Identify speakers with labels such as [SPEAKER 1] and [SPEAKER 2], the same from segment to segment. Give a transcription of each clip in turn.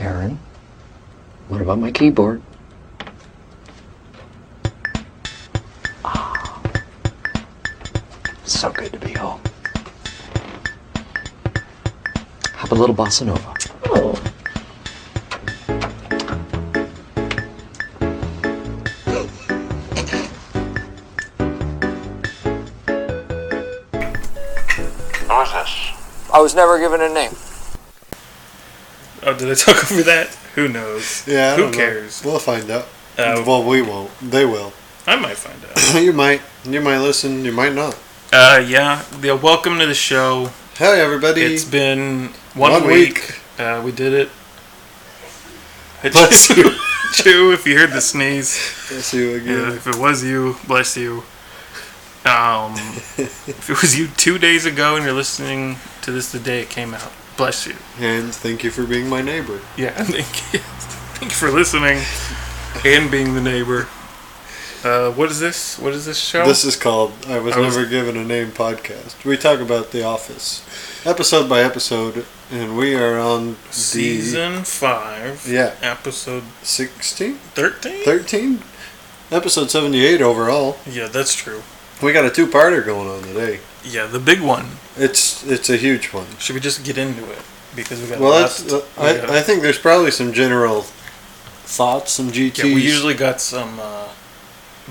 [SPEAKER 1] Aaron, what about my keyboard? Ah, so good to be home. Have a little bossa nova.
[SPEAKER 2] Oh.
[SPEAKER 3] Who is this?
[SPEAKER 1] I was never given a name.
[SPEAKER 4] Oh, did I talk over that? Who knows?
[SPEAKER 2] Yeah. I
[SPEAKER 4] Who
[SPEAKER 2] don't know.
[SPEAKER 4] cares?
[SPEAKER 2] We'll find out.
[SPEAKER 4] Uh,
[SPEAKER 2] well, we won't. They will.
[SPEAKER 4] I might find out.
[SPEAKER 2] you might. You might listen. You might not.
[SPEAKER 4] Uh, yeah. yeah. Welcome to the show.
[SPEAKER 2] Hey, everybody.
[SPEAKER 4] It's been one,
[SPEAKER 2] One
[SPEAKER 4] week.
[SPEAKER 2] week.
[SPEAKER 4] Uh, we did it.
[SPEAKER 2] Bless you.
[SPEAKER 4] Chew if you heard the sneeze.
[SPEAKER 2] Bless you
[SPEAKER 4] Yeah,
[SPEAKER 2] again.
[SPEAKER 4] if it was you, bless you. Um, if it was you two days ago and you're listening to this the day it came out, bless you.
[SPEAKER 2] And thank you for being my neighbor.
[SPEAKER 4] Yeah, thank you. Thank you for listening and being the neighbor. Uh, what is this? What is this show?
[SPEAKER 2] This is called I Was
[SPEAKER 4] I was-
[SPEAKER 2] Never Given a Name podcast. We talk about The Office episode by episode, and we are on the-
[SPEAKER 4] Season 5,
[SPEAKER 2] Yeah,
[SPEAKER 4] episode
[SPEAKER 2] 16?
[SPEAKER 4] 13?
[SPEAKER 2] 13? Episode 78 overall.
[SPEAKER 4] Yeah, that's true.
[SPEAKER 2] We got a two parter going on today.
[SPEAKER 4] Yeah, the big one.
[SPEAKER 2] It's it's a huge one.
[SPEAKER 4] Should we just get into it? Because we got
[SPEAKER 2] Well,
[SPEAKER 4] lost.
[SPEAKER 2] that's, uh,
[SPEAKER 4] we got-
[SPEAKER 2] I, I think there's probably some general thoughts, some GTs.
[SPEAKER 4] yeah, we usually got some uh,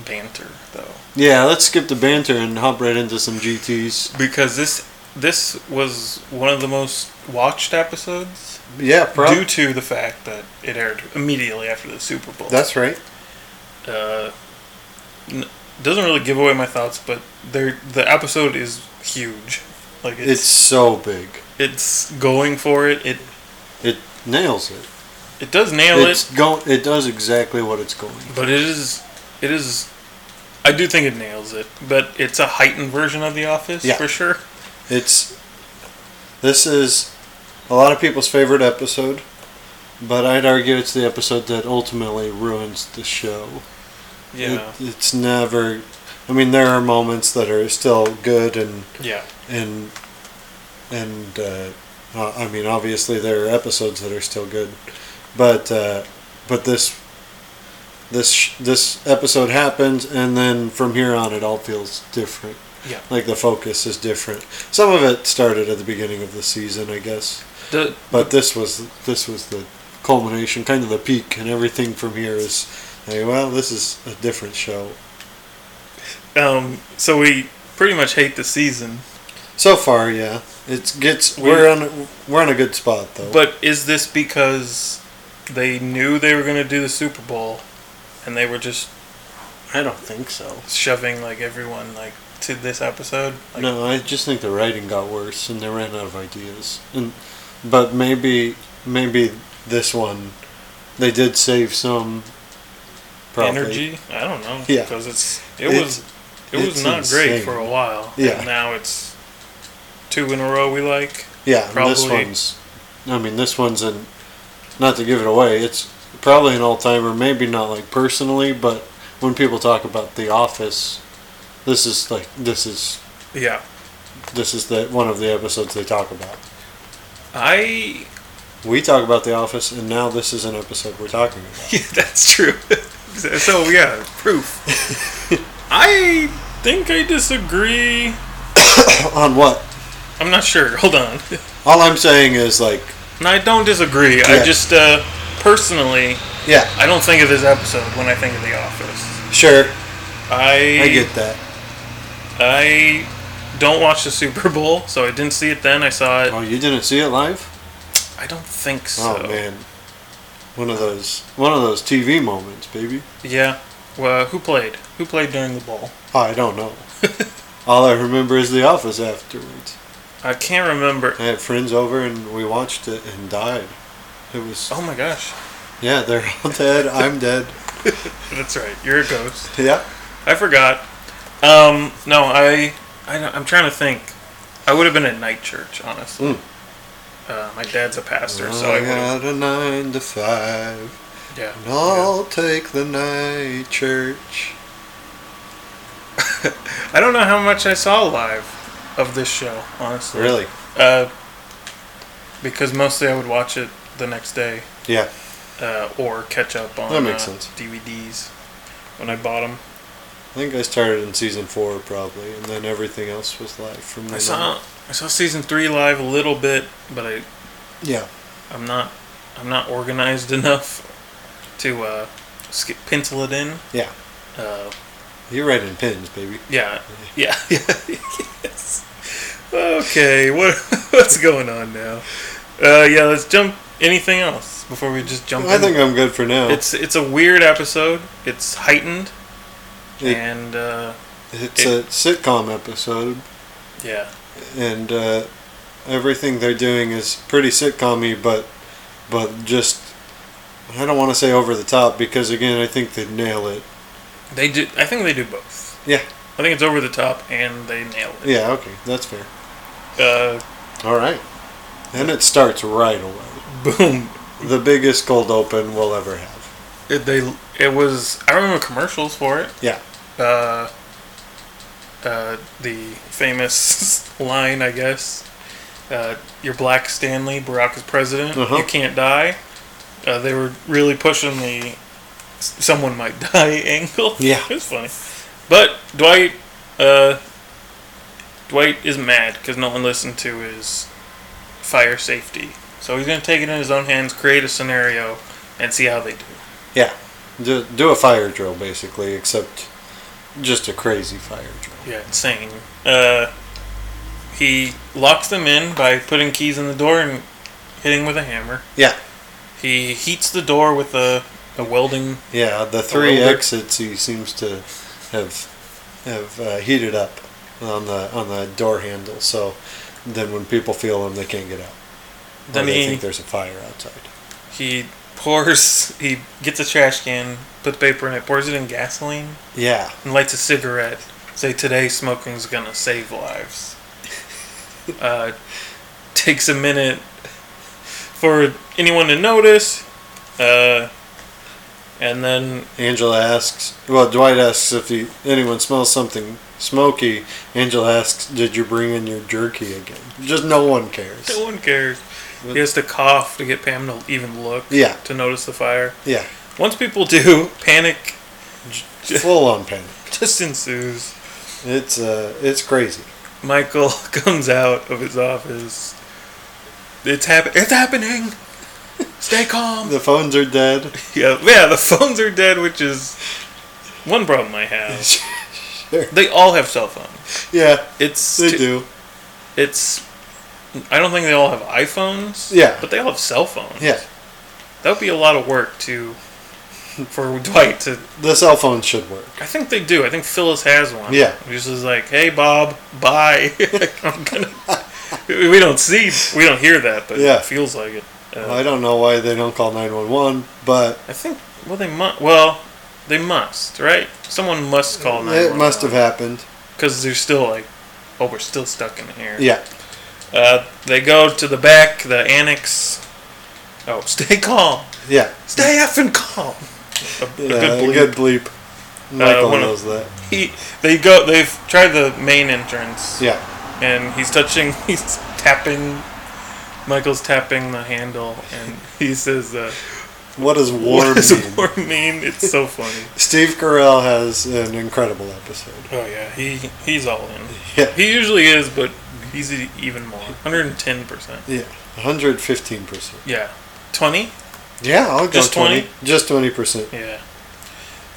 [SPEAKER 4] banter though,
[SPEAKER 2] Yeah, let's skip the banter and hop right into some GTs.
[SPEAKER 4] because this this was one of the most watched episodes
[SPEAKER 2] Yeah,
[SPEAKER 4] due
[SPEAKER 2] probably.
[SPEAKER 4] to the fact that it aired immediately after the Super Bowl.
[SPEAKER 2] That's right.
[SPEAKER 4] uh, n- doesn't really give away my thoughts, but there the episode is huge. Like
[SPEAKER 2] It's
[SPEAKER 4] it's
[SPEAKER 2] so big.
[SPEAKER 4] it's going for it. It
[SPEAKER 2] It nails it.
[SPEAKER 4] it does nail it.
[SPEAKER 2] It's go- It does exactly what it's going.
[SPEAKER 4] But it is, it is. I do think it nails it, but it's a heightened version of The Office
[SPEAKER 2] Yeah.
[SPEAKER 4] for sure.
[SPEAKER 2] It's. This is a lot of people's favorite episode, but I'd argue it's the episode that ultimately ruins the show.
[SPEAKER 4] Yeah,
[SPEAKER 2] It, it's never. I mean, there are moments that are still good and
[SPEAKER 4] yeah,
[SPEAKER 2] and and uh, uh, I mean, obviously there are episodes that are still good, but uh, but this this sh- this episode happens, and then from here on, it all feels different.
[SPEAKER 4] Yeah.
[SPEAKER 2] like the focus is different. Some of it started at the beginning of the season, I guess,
[SPEAKER 4] the
[SPEAKER 2] but this was this was the culmination, kind of the peak, and everything from here is. Hey, well, this is a different show.
[SPEAKER 4] um. So we pretty much hate the season,
[SPEAKER 2] So far, yeah, it gets we're on a- we're on a good spot though.
[SPEAKER 4] but is this because they knew they were going to do the Super Bowl, and they were just
[SPEAKER 2] I don't think so.
[SPEAKER 4] shoving like everyone like to this episode? Like,
[SPEAKER 2] No, I just think the writing got worse and they ran out of ideas. And but maybe maybe this one they did save some probably.
[SPEAKER 4] energy. I don't know.
[SPEAKER 2] Yeah.
[SPEAKER 4] because it's it
[SPEAKER 2] It's-
[SPEAKER 4] was it was
[SPEAKER 2] it's
[SPEAKER 4] not great
[SPEAKER 2] insane.
[SPEAKER 4] for a while.
[SPEAKER 2] Yeah.
[SPEAKER 4] and now it's two in a row we like.
[SPEAKER 2] Yeah, and this
[SPEAKER 4] Probably.
[SPEAKER 2] one's I mean this one's an not to give it away, it's probably an all timer, maybe not like personally, but when people talk about the office this is like this is
[SPEAKER 4] Yeah,
[SPEAKER 2] this is the one of the episodes they talk about.
[SPEAKER 4] I.
[SPEAKER 2] We talk about the office and now this is an episode we're talking about.
[SPEAKER 4] Yeah, that's true. so yeah, proof. I think I disagree.
[SPEAKER 2] On what?
[SPEAKER 4] I'm not sure. Hold on.
[SPEAKER 2] All I'm saying is like,
[SPEAKER 4] No, I don't disagree. I
[SPEAKER 2] Yeah.
[SPEAKER 4] just uh, personally,
[SPEAKER 2] yeah,
[SPEAKER 4] I don't think of this episode when I think of The Office.
[SPEAKER 2] sure,
[SPEAKER 4] I
[SPEAKER 2] I get that.
[SPEAKER 4] I don't watch the Super Bowl, so I didn't see it then. I saw it.
[SPEAKER 2] Oh, you didn't see it live?
[SPEAKER 4] I don't think so.
[SPEAKER 2] Oh man, one of those, one of those TV moments, baby.
[SPEAKER 4] Yeah. Well, who played? Who played during the bowl?
[SPEAKER 2] Oh, I don't know. All I remember is The Office afterwards.
[SPEAKER 4] I can't remember.
[SPEAKER 2] I had friends over and we watched it and died. It was
[SPEAKER 4] Oh my gosh.
[SPEAKER 2] yeah, they're all dead. I'm dead.
[SPEAKER 4] That's right. You're a ghost.
[SPEAKER 2] Yeah.
[SPEAKER 4] I forgot. Um, no, I, I don't- I'm trying to think. I would have been at night church, honestly.
[SPEAKER 2] Mm.
[SPEAKER 4] Uh, my dad's a pastor, so I
[SPEAKER 2] I
[SPEAKER 4] would have.
[SPEAKER 2] got a nine to five,
[SPEAKER 4] Yeah.
[SPEAKER 2] and I'll take the night church.
[SPEAKER 4] yeah. I don't know how much I saw live of this show, honestly.
[SPEAKER 2] Really?
[SPEAKER 4] Uh, because mostly I would watch it the next day
[SPEAKER 2] Yeah.
[SPEAKER 4] uh, or catch up on
[SPEAKER 2] That makes
[SPEAKER 4] uh,
[SPEAKER 2] sense.
[SPEAKER 4] DVDs when I bought them.
[SPEAKER 2] I think I started in season four probably, and then everything else was live from then
[SPEAKER 4] I
[SPEAKER 2] on.
[SPEAKER 4] saw I saw season three live a little bit, but I
[SPEAKER 2] Yeah,
[SPEAKER 4] I'm not I'm not organized enough to uh, skip, pencil it in.
[SPEAKER 2] yeah.
[SPEAKER 4] Uh,
[SPEAKER 2] You're right in pins, baby.
[SPEAKER 4] yeah, yeah, yes. Okay, what what's going on now? Uh, yeah, let's jump. Anything else before we just jump?
[SPEAKER 2] I
[SPEAKER 4] in?
[SPEAKER 2] think uh, I'm good for now.
[SPEAKER 4] it's it's a weird episode. It's heightened
[SPEAKER 2] It-
[SPEAKER 4] and uh,
[SPEAKER 2] it's a sitcom episode,
[SPEAKER 4] yeah,
[SPEAKER 2] and uh, everything they're doing is pretty sitcom-y, but but just I don't want to say over the top because again I think they nail it.
[SPEAKER 4] they do. I think they do both.
[SPEAKER 2] Yeah,
[SPEAKER 4] I think it's over the top and they nailed it.
[SPEAKER 2] yeah, okay, that's fair.
[SPEAKER 4] Uh,
[SPEAKER 2] All right, and it starts right away.
[SPEAKER 4] boom.
[SPEAKER 2] The biggest cold open we'll ever have.
[SPEAKER 4] It, they it was. I remember commercials for it.
[SPEAKER 2] Yeah,
[SPEAKER 4] uh, uh, the famous line, I guess. Uh, you're Black Stanley, Barack is president.
[SPEAKER 2] Uh-huh.
[SPEAKER 4] You can't die. Uh, they were really pushing the s- someone might die angle.
[SPEAKER 2] Yeah.
[SPEAKER 4] it's funny. But Dwight, uh, Dwight is mad because no one listened to his fire safety. So he's gonna take it in his own hands, create a scenario, and see how they do.
[SPEAKER 2] yeah. Do, do a fire drill basically, except just a crazy fire drill.
[SPEAKER 4] Yeah, insane. Uh, he locks them in by putting keys in the door and hitting with a hammer.
[SPEAKER 2] Yeah,
[SPEAKER 4] He heats the door with a, a welding.
[SPEAKER 2] yeah.
[SPEAKER 4] Oh,
[SPEAKER 2] The three
[SPEAKER 4] little bit.
[SPEAKER 2] exits he seems to have have uh, heated up on the on the door handle. So then when people feel them, they can't get out. Or
[SPEAKER 4] Then
[SPEAKER 2] Oh, they
[SPEAKER 4] he
[SPEAKER 2] think there's a fire outside.
[SPEAKER 4] he pours. He gets a trash can, puts paper in it, pours it in gasoline,
[SPEAKER 2] Yeah,
[SPEAKER 4] and lights a cigarette. Say today smoking's gonna save lives. uh, takes a minute for anyone to notice. Uh, and then
[SPEAKER 2] Angela asks. Well, Dwight asks if he, anyone smells something smoky. Angela asks, "Did you bring in your jerky again?" Just no one cares.
[SPEAKER 4] No one cares. He has to cough to get Pam to even look.
[SPEAKER 2] Yeah.
[SPEAKER 4] To notice the fire.
[SPEAKER 2] Yeah,
[SPEAKER 4] Once people do, panic
[SPEAKER 2] full on panic.
[SPEAKER 4] just ensues.
[SPEAKER 2] It's uh, it's crazy.
[SPEAKER 4] Michael comes out of his office. It's happen. It's happening. Stay calm.
[SPEAKER 2] The phones are dead.
[SPEAKER 4] Yeah, yeah. The phones are dead, which is one problem I have. They all have cell phones.
[SPEAKER 2] yeah,
[SPEAKER 4] It's
[SPEAKER 2] they
[SPEAKER 4] too-
[SPEAKER 2] do.
[SPEAKER 4] It's. I don't think they all have iPhones.
[SPEAKER 2] Yeah.
[SPEAKER 4] But they all have cell phones.
[SPEAKER 2] Yeah.
[SPEAKER 4] That would be a lot of work to, for Dwight to
[SPEAKER 2] The cell phone should work.
[SPEAKER 4] I think they do. I think Phyllis has one.
[SPEAKER 2] Yeah.
[SPEAKER 4] Which is like, hey Bob, bye. I'm gonna. We don't see, we don't hear that, but
[SPEAKER 2] Yeah.
[SPEAKER 4] it feels like it. Uh,
[SPEAKER 2] I don't know why they don't call 911, but
[SPEAKER 4] I think. Well, they must. Well, they must, right? Someone must call nine.
[SPEAKER 2] it must have happened.
[SPEAKER 4] because they're still like, oh, we're still stuck in here.
[SPEAKER 2] Yeah.
[SPEAKER 4] Uh, they go to the back, the annex. Oh, stay calm.
[SPEAKER 2] Yeah.
[SPEAKER 4] Stay effing calm. A, a good
[SPEAKER 2] Yeah,
[SPEAKER 4] bleep. Uh,
[SPEAKER 2] good bleep. Michael
[SPEAKER 4] one of-
[SPEAKER 2] knows that.
[SPEAKER 4] He, they go. They've tried the main entrance.
[SPEAKER 2] Yeah.
[SPEAKER 4] and he's touching, he's tapping. Michael's tapping the handle, and he says, uh,
[SPEAKER 2] What does war
[SPEAKER 4] "What does
[SPEAKER 2] mean?
[SPEAKER 4] war mean?" It's so funny.
[SPEAKER 2] Steve Carell has an incredible episode.
[SPEAKER 4] Oh yeah, he he's all in.
[SPEAKER 2] Yeah.
[SPEAKER 4] He usually is, but he's e- even more. Hundred and ten percent.
[SPEAKER 2] Yeah. 115%.
[SPEAKER 4] Yeah, twenty.
[SPEAKER 2] Yeah, I'll go
[SPEAKER 4] Just
[SPEAKER 2] 20.
[SPEAKER 4] 20?
[SPEAKER 2] Just 20%.
[SPEAKER 4] Yeah.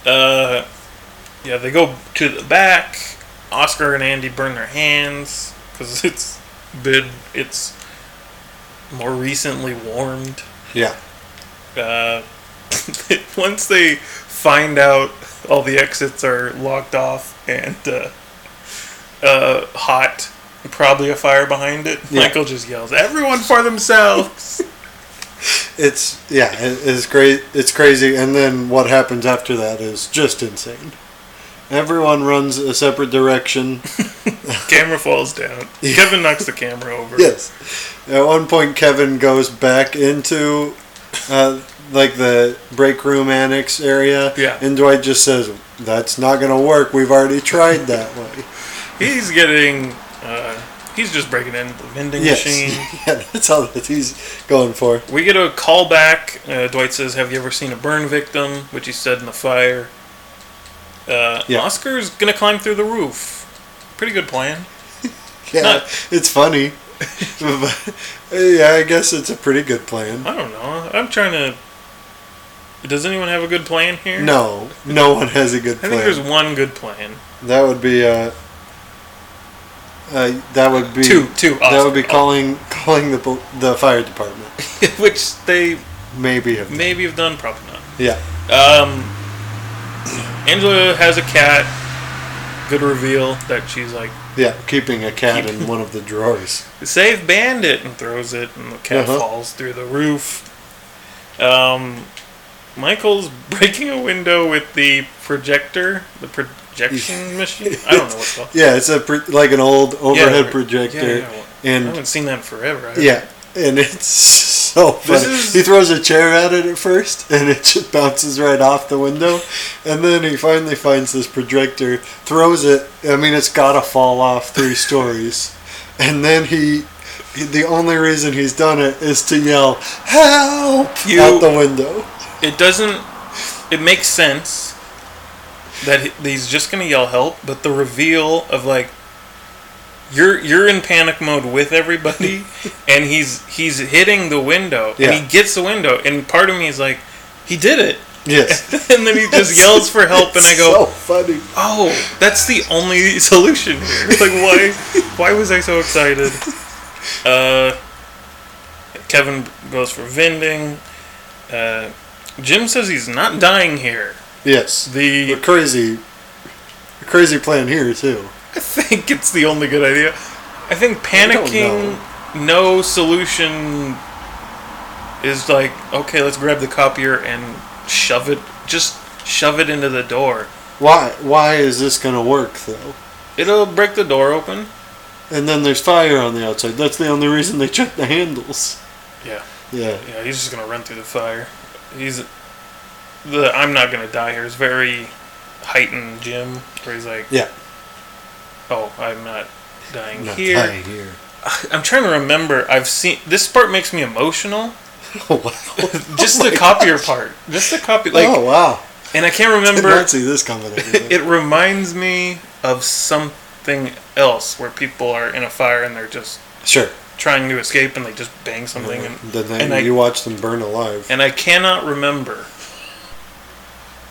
[SPEAKER 4] Uh, yeah. They go to the back. Oscar and Andy burn their hands because it's been it's more recently warmed.
[SPEAKER 2] Yeah.
[SPEAKER 4] uh, once they find out all the exits are locked off and uh, uh, hot, probably a fire behind it,
[SPEAKER 2] Yeah.
[SPEAKER 4] Michael just yells, "Everyone for themselves!"
[SPEAKER 2] It's yeah, it- it's great. It's crazy and then what happens after that is just insane. Everyone runs a separate direction.
[SPEAKER 4] camera falls down. Kevin knocks the camera over.
[SPEAKER 2] Yes. At one point, Kevin goes back into uh, like the break room annex area.
[SPEAKER 4] Yeah.
[SPEAKER 2] And Dwight just says, "That's not gonna work. We've already tried that way."
[SPEAKER 4] He's getting uh, He's just breaking into the vending
[SPEAKER 2] Yes.
[SPEAKER 4] machine.
[SPEAKER 2] yeah, that's all that he's going for.
[SPEAKER 4] We get a call back. Uh, Dwight says, "Have you ever seen a burn victim?" Which he said in the fire. Uh,
[SPEAKER 2] Yeah.
[SPEAKER 4] Oscar's gonna climb through the roof. Pretty good plan.
[SPEAKER 2] Yeah,
[SPEAKER 4] Not-
[SPEAKER 2] it's funny. But, yeah, I guess it's a pretty good plan.
[SPEAKER 4] I don't know. I'm trying to. Does anyone have a good plan here?
[SPEAKER 2] No, no one has a good
[SPEAKER 4] I
[SPEAKER 2] plan.
[SPEAKER 4] think there's one good plan.
[SPEAKER 2] That would be uh, uh that would be
[SPEAKER 4] Two, two.
[SPEAKER 2] That would be
[SPEAKER 4] Oscar.
[SPEAKER 2] calling calling the pol- the fire department.
[SPEAKER 4] which they
[SPEAKER 2] Maybe have
[SPEAKER 4] maybe have done, probably not.
[SPEAKER 2] yeah.
[SPEAKER 4] Um, Angela has a cat. Good reveal that she's like
[SPEAKER 2] Yeah, keeping a cat in one of the drawers.
[SPEAKER 4] save bandit and throws it, and the cat
[SPEAKER 2] Uh-huh.
[SPEAKER 4] falls through the roof. Um, Michael's breaking a window with the projector, the projection machine. I don't know what's called.
[SPEAKER 2] Yeah, it's a pro- like an old overhead
[SPEAKER 4] right.
[SPEAKER 2] projector,
[SPEAKER 4] Yeah, yeah. I
[SPEAKER 2] and
[SPEAKER 4] haven't seen that in forever. I
[SPEAKER 2] yeah, and it's so
[SPEAKER 4] This
[SPEAKER 2] funny.
[SPEAKER 4] is-
[SPEAKER 2] He throws a chair at it at first, and it just bounces right off the window, and then he finally finds this projector, throws it. I mean, it's gotta fall off three stories, and then he. he- The only reason he's done it is to yell "Help!"
[SPEAKER 4] You-
[SPEAKER 2] out the window.
[SPEAKER 4] it doesn't it makes sense that he- he's just gonna yell help but the reveal of like you're you're in panic mode with everybody and he's he's hitting the window
[SPEAKER 2] Yeah.
[SPEAKER 4] and he gets the window and part of me is like he did it
[SPEAKER 2] Yes,
[SPEAKER 4] and then he just yells for help and i
[SPEAKER 2] It's
[SPEAKER 4] go
[SPEAKER 2] So funny.
[SPEAKER 4] oh that's the only solution here It's like why why was i so excited uh kevin goes for vending uh jim says he's not dying here
[SPEAKER 2] Yes,
[SPEAKER 4] the
[SPEAKER 2] a crazy, a crazy plan here too.
[SPEAKER 4] I think it's the only good idea. I think
[SPEAKER 2] don't
[SPEAKER 4] panicking, no solution, is like okay. Let's grab the copier and shove it. Just shove it into the door.
[SPEAKER 2] Why? Why is this gonna work though?
[SPEAKER 4] It'll break the door open.
[SPEAKER 2] And then there's fire on the outside. That's the only reason they check the handles.
[SPEAKER 4] Yeah,
[SPEAKER 2] Yeah.
[SPEAKER 4] yeah. He's just gonna run through the fire. He's the I'm not gonna die here is very heightened, Jim. Where he's like,
[SPEAKER 2] Yeah.
[SPEAKER 4] oh, I'm not dying
[SPEAKER 2] Not
[SPEAKER 4] here.
[SPEAKER 2] dying here.
[SPEAKER 4] I'm trying to remember. I've seen this part makes me emotional.
[SPEAKER 2] Oh wow.
[SPEAKER 4] just
[SPEAKER 2] Oh
[SPEAKER 4] the
[SPEAKER 2] my
[SPEAKER 4] copier
[SPEAKER 2] gosh.
[SPEAKER 4] part. Just the copy. Like,
[SPEAKER 2] oh wow.
[SPEAKER 4] and I can't
[SPEAKER 2] Did
[SPEAKER 4] remember.
[SPEAKER 2] not see this coming.
[SPEAKER 4] it reminds me of something else where people are in a fire and they're just
[SPEAKER 2] sure.
[SPEAKER 4] trying to escape and they just bang something and
[SPEAKER 2] Then they,
[SPEAKER 4] and I-
[SPEAKER 2] you watch them burn alive.
[SPEAKER 4] and I cannot remember.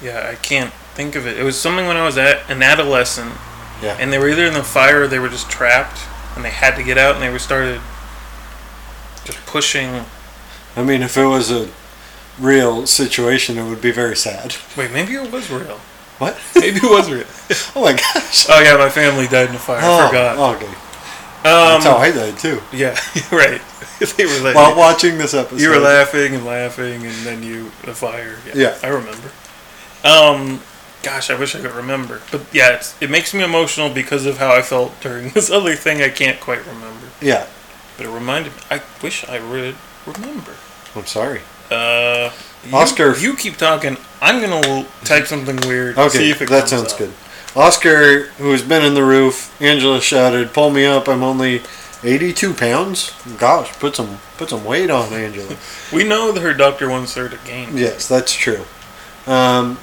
[SPEAKER 4] Yeah, I can't think of it. It was something when I was at an adolescent.
[SPEAKER 2] Yeah.
[SPEAKER 4] And they were either in the fire or they were just trapped and they had to get out and they were started just pushing.
[SPEAKER 2] I mean, if it was a real situation, it would be very sad.
[SPEAKER 4] Wait, maybe it was real.
[SPEAKER 2] What?
[SPEAKER 4] Maybe it was real.
[SPEAKER 2] oh my gosh.
[SPEAKER 4] Oh yeah, my family died in a fire. I
[SPEAKER 2] oh,
[SPEAKER 4] forgot.
[SPEAKER 2] Okay.
[SPEAKER 4] Um,
[SPEAKER 2] That's how I died too.
[SPEAKER 4] yeah, right. they were like,
[SPEAKER 2] While watching this episode.
[SPEAKER 4] you were laughing and laughing, and then you the fire. Yeah,
[SPEAKER 2] Yeah.
[SPEAKER 4] I remember. Um, gosh, I wish I could remember, but yeah, it's, it makes me emotional because of how I felt during this other thing. I can't quite remember,
[SPEAKER 2] Yeah.
[SPEAKER 4] but it reminded me. I wish I would remember.
[SPEAKER 2] I'm sorry.
[SPEAKER 4] Uh, you-
[SPEAKER 2] Oscar-
[SPEAKER 4] you keep talking. I'm gonna l- type something weird.
[SPEAKER 2] Okay,
[SPEAKER 4] see if it
[SPEAKER 2] that
[SPEAKER 4] comes
[SPEAKER 2] sounds
[SPEAKER 4] up.
[SPEAKER 2] good. Oscar, who's been in the roof, Angela shouted, "Pull me up! I'm only 82 pounds. Gosh, put some put some weight on, Angela."
[SPEAKER 4] We know that her doctor wants her to gain.
[SPEAKER 2] yes, that's true. Um,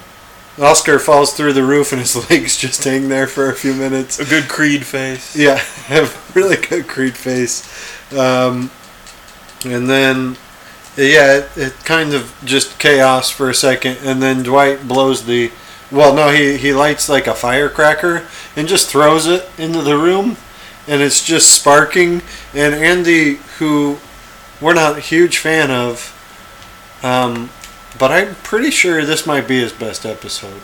[SPEAKER 2] Oscar falls through the roof and his legs just hang there for a few minutes.
[SPEAKER 4] A good Creed face.
[SPEAKER 2] Yeah, have a really good Creed face. Um, and then, yeah, it, it kind of just chaos for a second, and then Dwight blows the. Well, no, he, he lights like a firecracker and just throws it into the room, and it's just sparking. And Andy, who we're not a huge fan of, um, but I'm pretty sure this might be his best episode.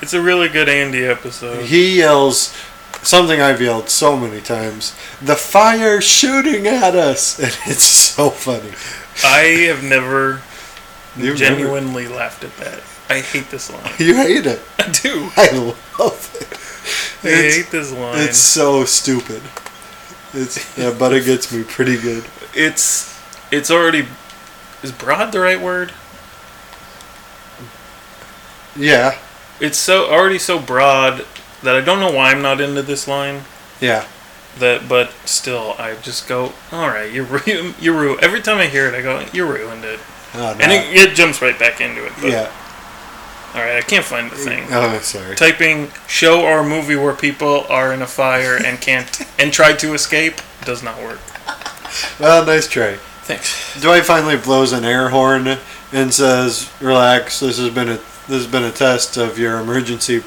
[SPEAKER 4] It's a really good Andy episode.
[SPEAKER 2] He yells something I've yelled so many times. The fire shooting at us, and it's so funny.
[SPEAKER 4] I have never
[SPEAKER 2] You remember-
[SPEAKER 4] genuinely laughed at that. I hate this line.
[SPEAKER 2] you hate it.
[SPEAKER 4] I do.
[SPEAKER 2] I love it.
[SPEAKER 4] I
[SPEAKER 2] It's-
[SPEAKER 4] hate this line.
[SPEAKER 2] It's
[SPEAKER 4] It's
[SPEAKER 2] so stupid. It's yeah, but it gets me pretty good.
[SPEAKER 4] it's it's already is broad the right word?
[SPEAKER 2] Yeah,
[SPEAKER 4] It's so already so broad that I don't know why I'm not into this line.
[SPEAKER 2] yeah.
[SPEAKER 4] that, but still, I just go, all right, you ru- you ru-. Every time I hear it, I go, you ruined it,
[SPEAKER 2] Oh,
[SPEAKER 4] and
[SPEAKER 2] no.
[SPEAKER 4] it, it jumps right back into it. But,
[SPEAKER 2] yeah.
[SPEAKER 4] All right, I can't find the thing.
[SPEAKER 2] Oh, sorry.
[SPEAKER 4] Typing show or movie where people are in a fire and can't and try to escape does not work.
[SPEAKER 2] Well, Uh, nice try.
[SPEAKER 4] Thanks.
[SPEAKER 2] Dwight finally blows an air horn and says, "Relax. This has been a this has been a test of your emergency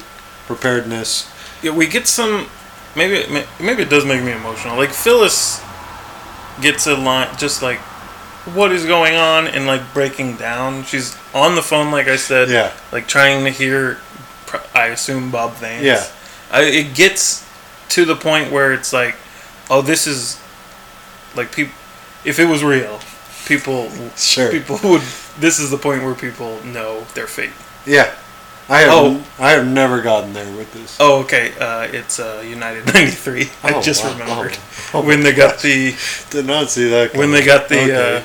[SPEAKER 2] preparedness."
[SPEAKER 4] Yeah, we get some. Maybe it ma- maybe it does make me emotional. Like Phyllis gets a line, just like what is going on, and like breaking down. She's on the phone, like I said.
[SPEAKER 2] Yeah.
[SPEAKER 4] Like trying to hear. pro- I assume Bob Vance.
[SPEAKER 2] Yeah.
[SPEAKER 4] I, it gets to the point where it's like, oh, this is like people. If it was real, people
[SPEAKER 2] Sure.
[SPEAKER 4] people would. This is the point where people know their fate.
[SPEAKER 2] Yeah. I have
[SPEAKER 4] Oh.
[SPEAKER 2] I have never gotten there with this.
[SPEAKER 4] Oh, okay. Uh, it's uh, United '93. I
[SPEAKER 2] Oh,
[SPEAKER 4] just
[SPEAKER 2] wow.
[SPEAKER 4] remembered
[SPEAKER 2] Oh. Oh my
[SPEAKER 4] when they got the
[SPEAKER 2] Did not see that.
[SPEAKER 4] when they
[SPEAKER 2] coming.
[SPEAKER 4] got the
[SPEAKER 2] Okay.
[SPEAKER 4] uh,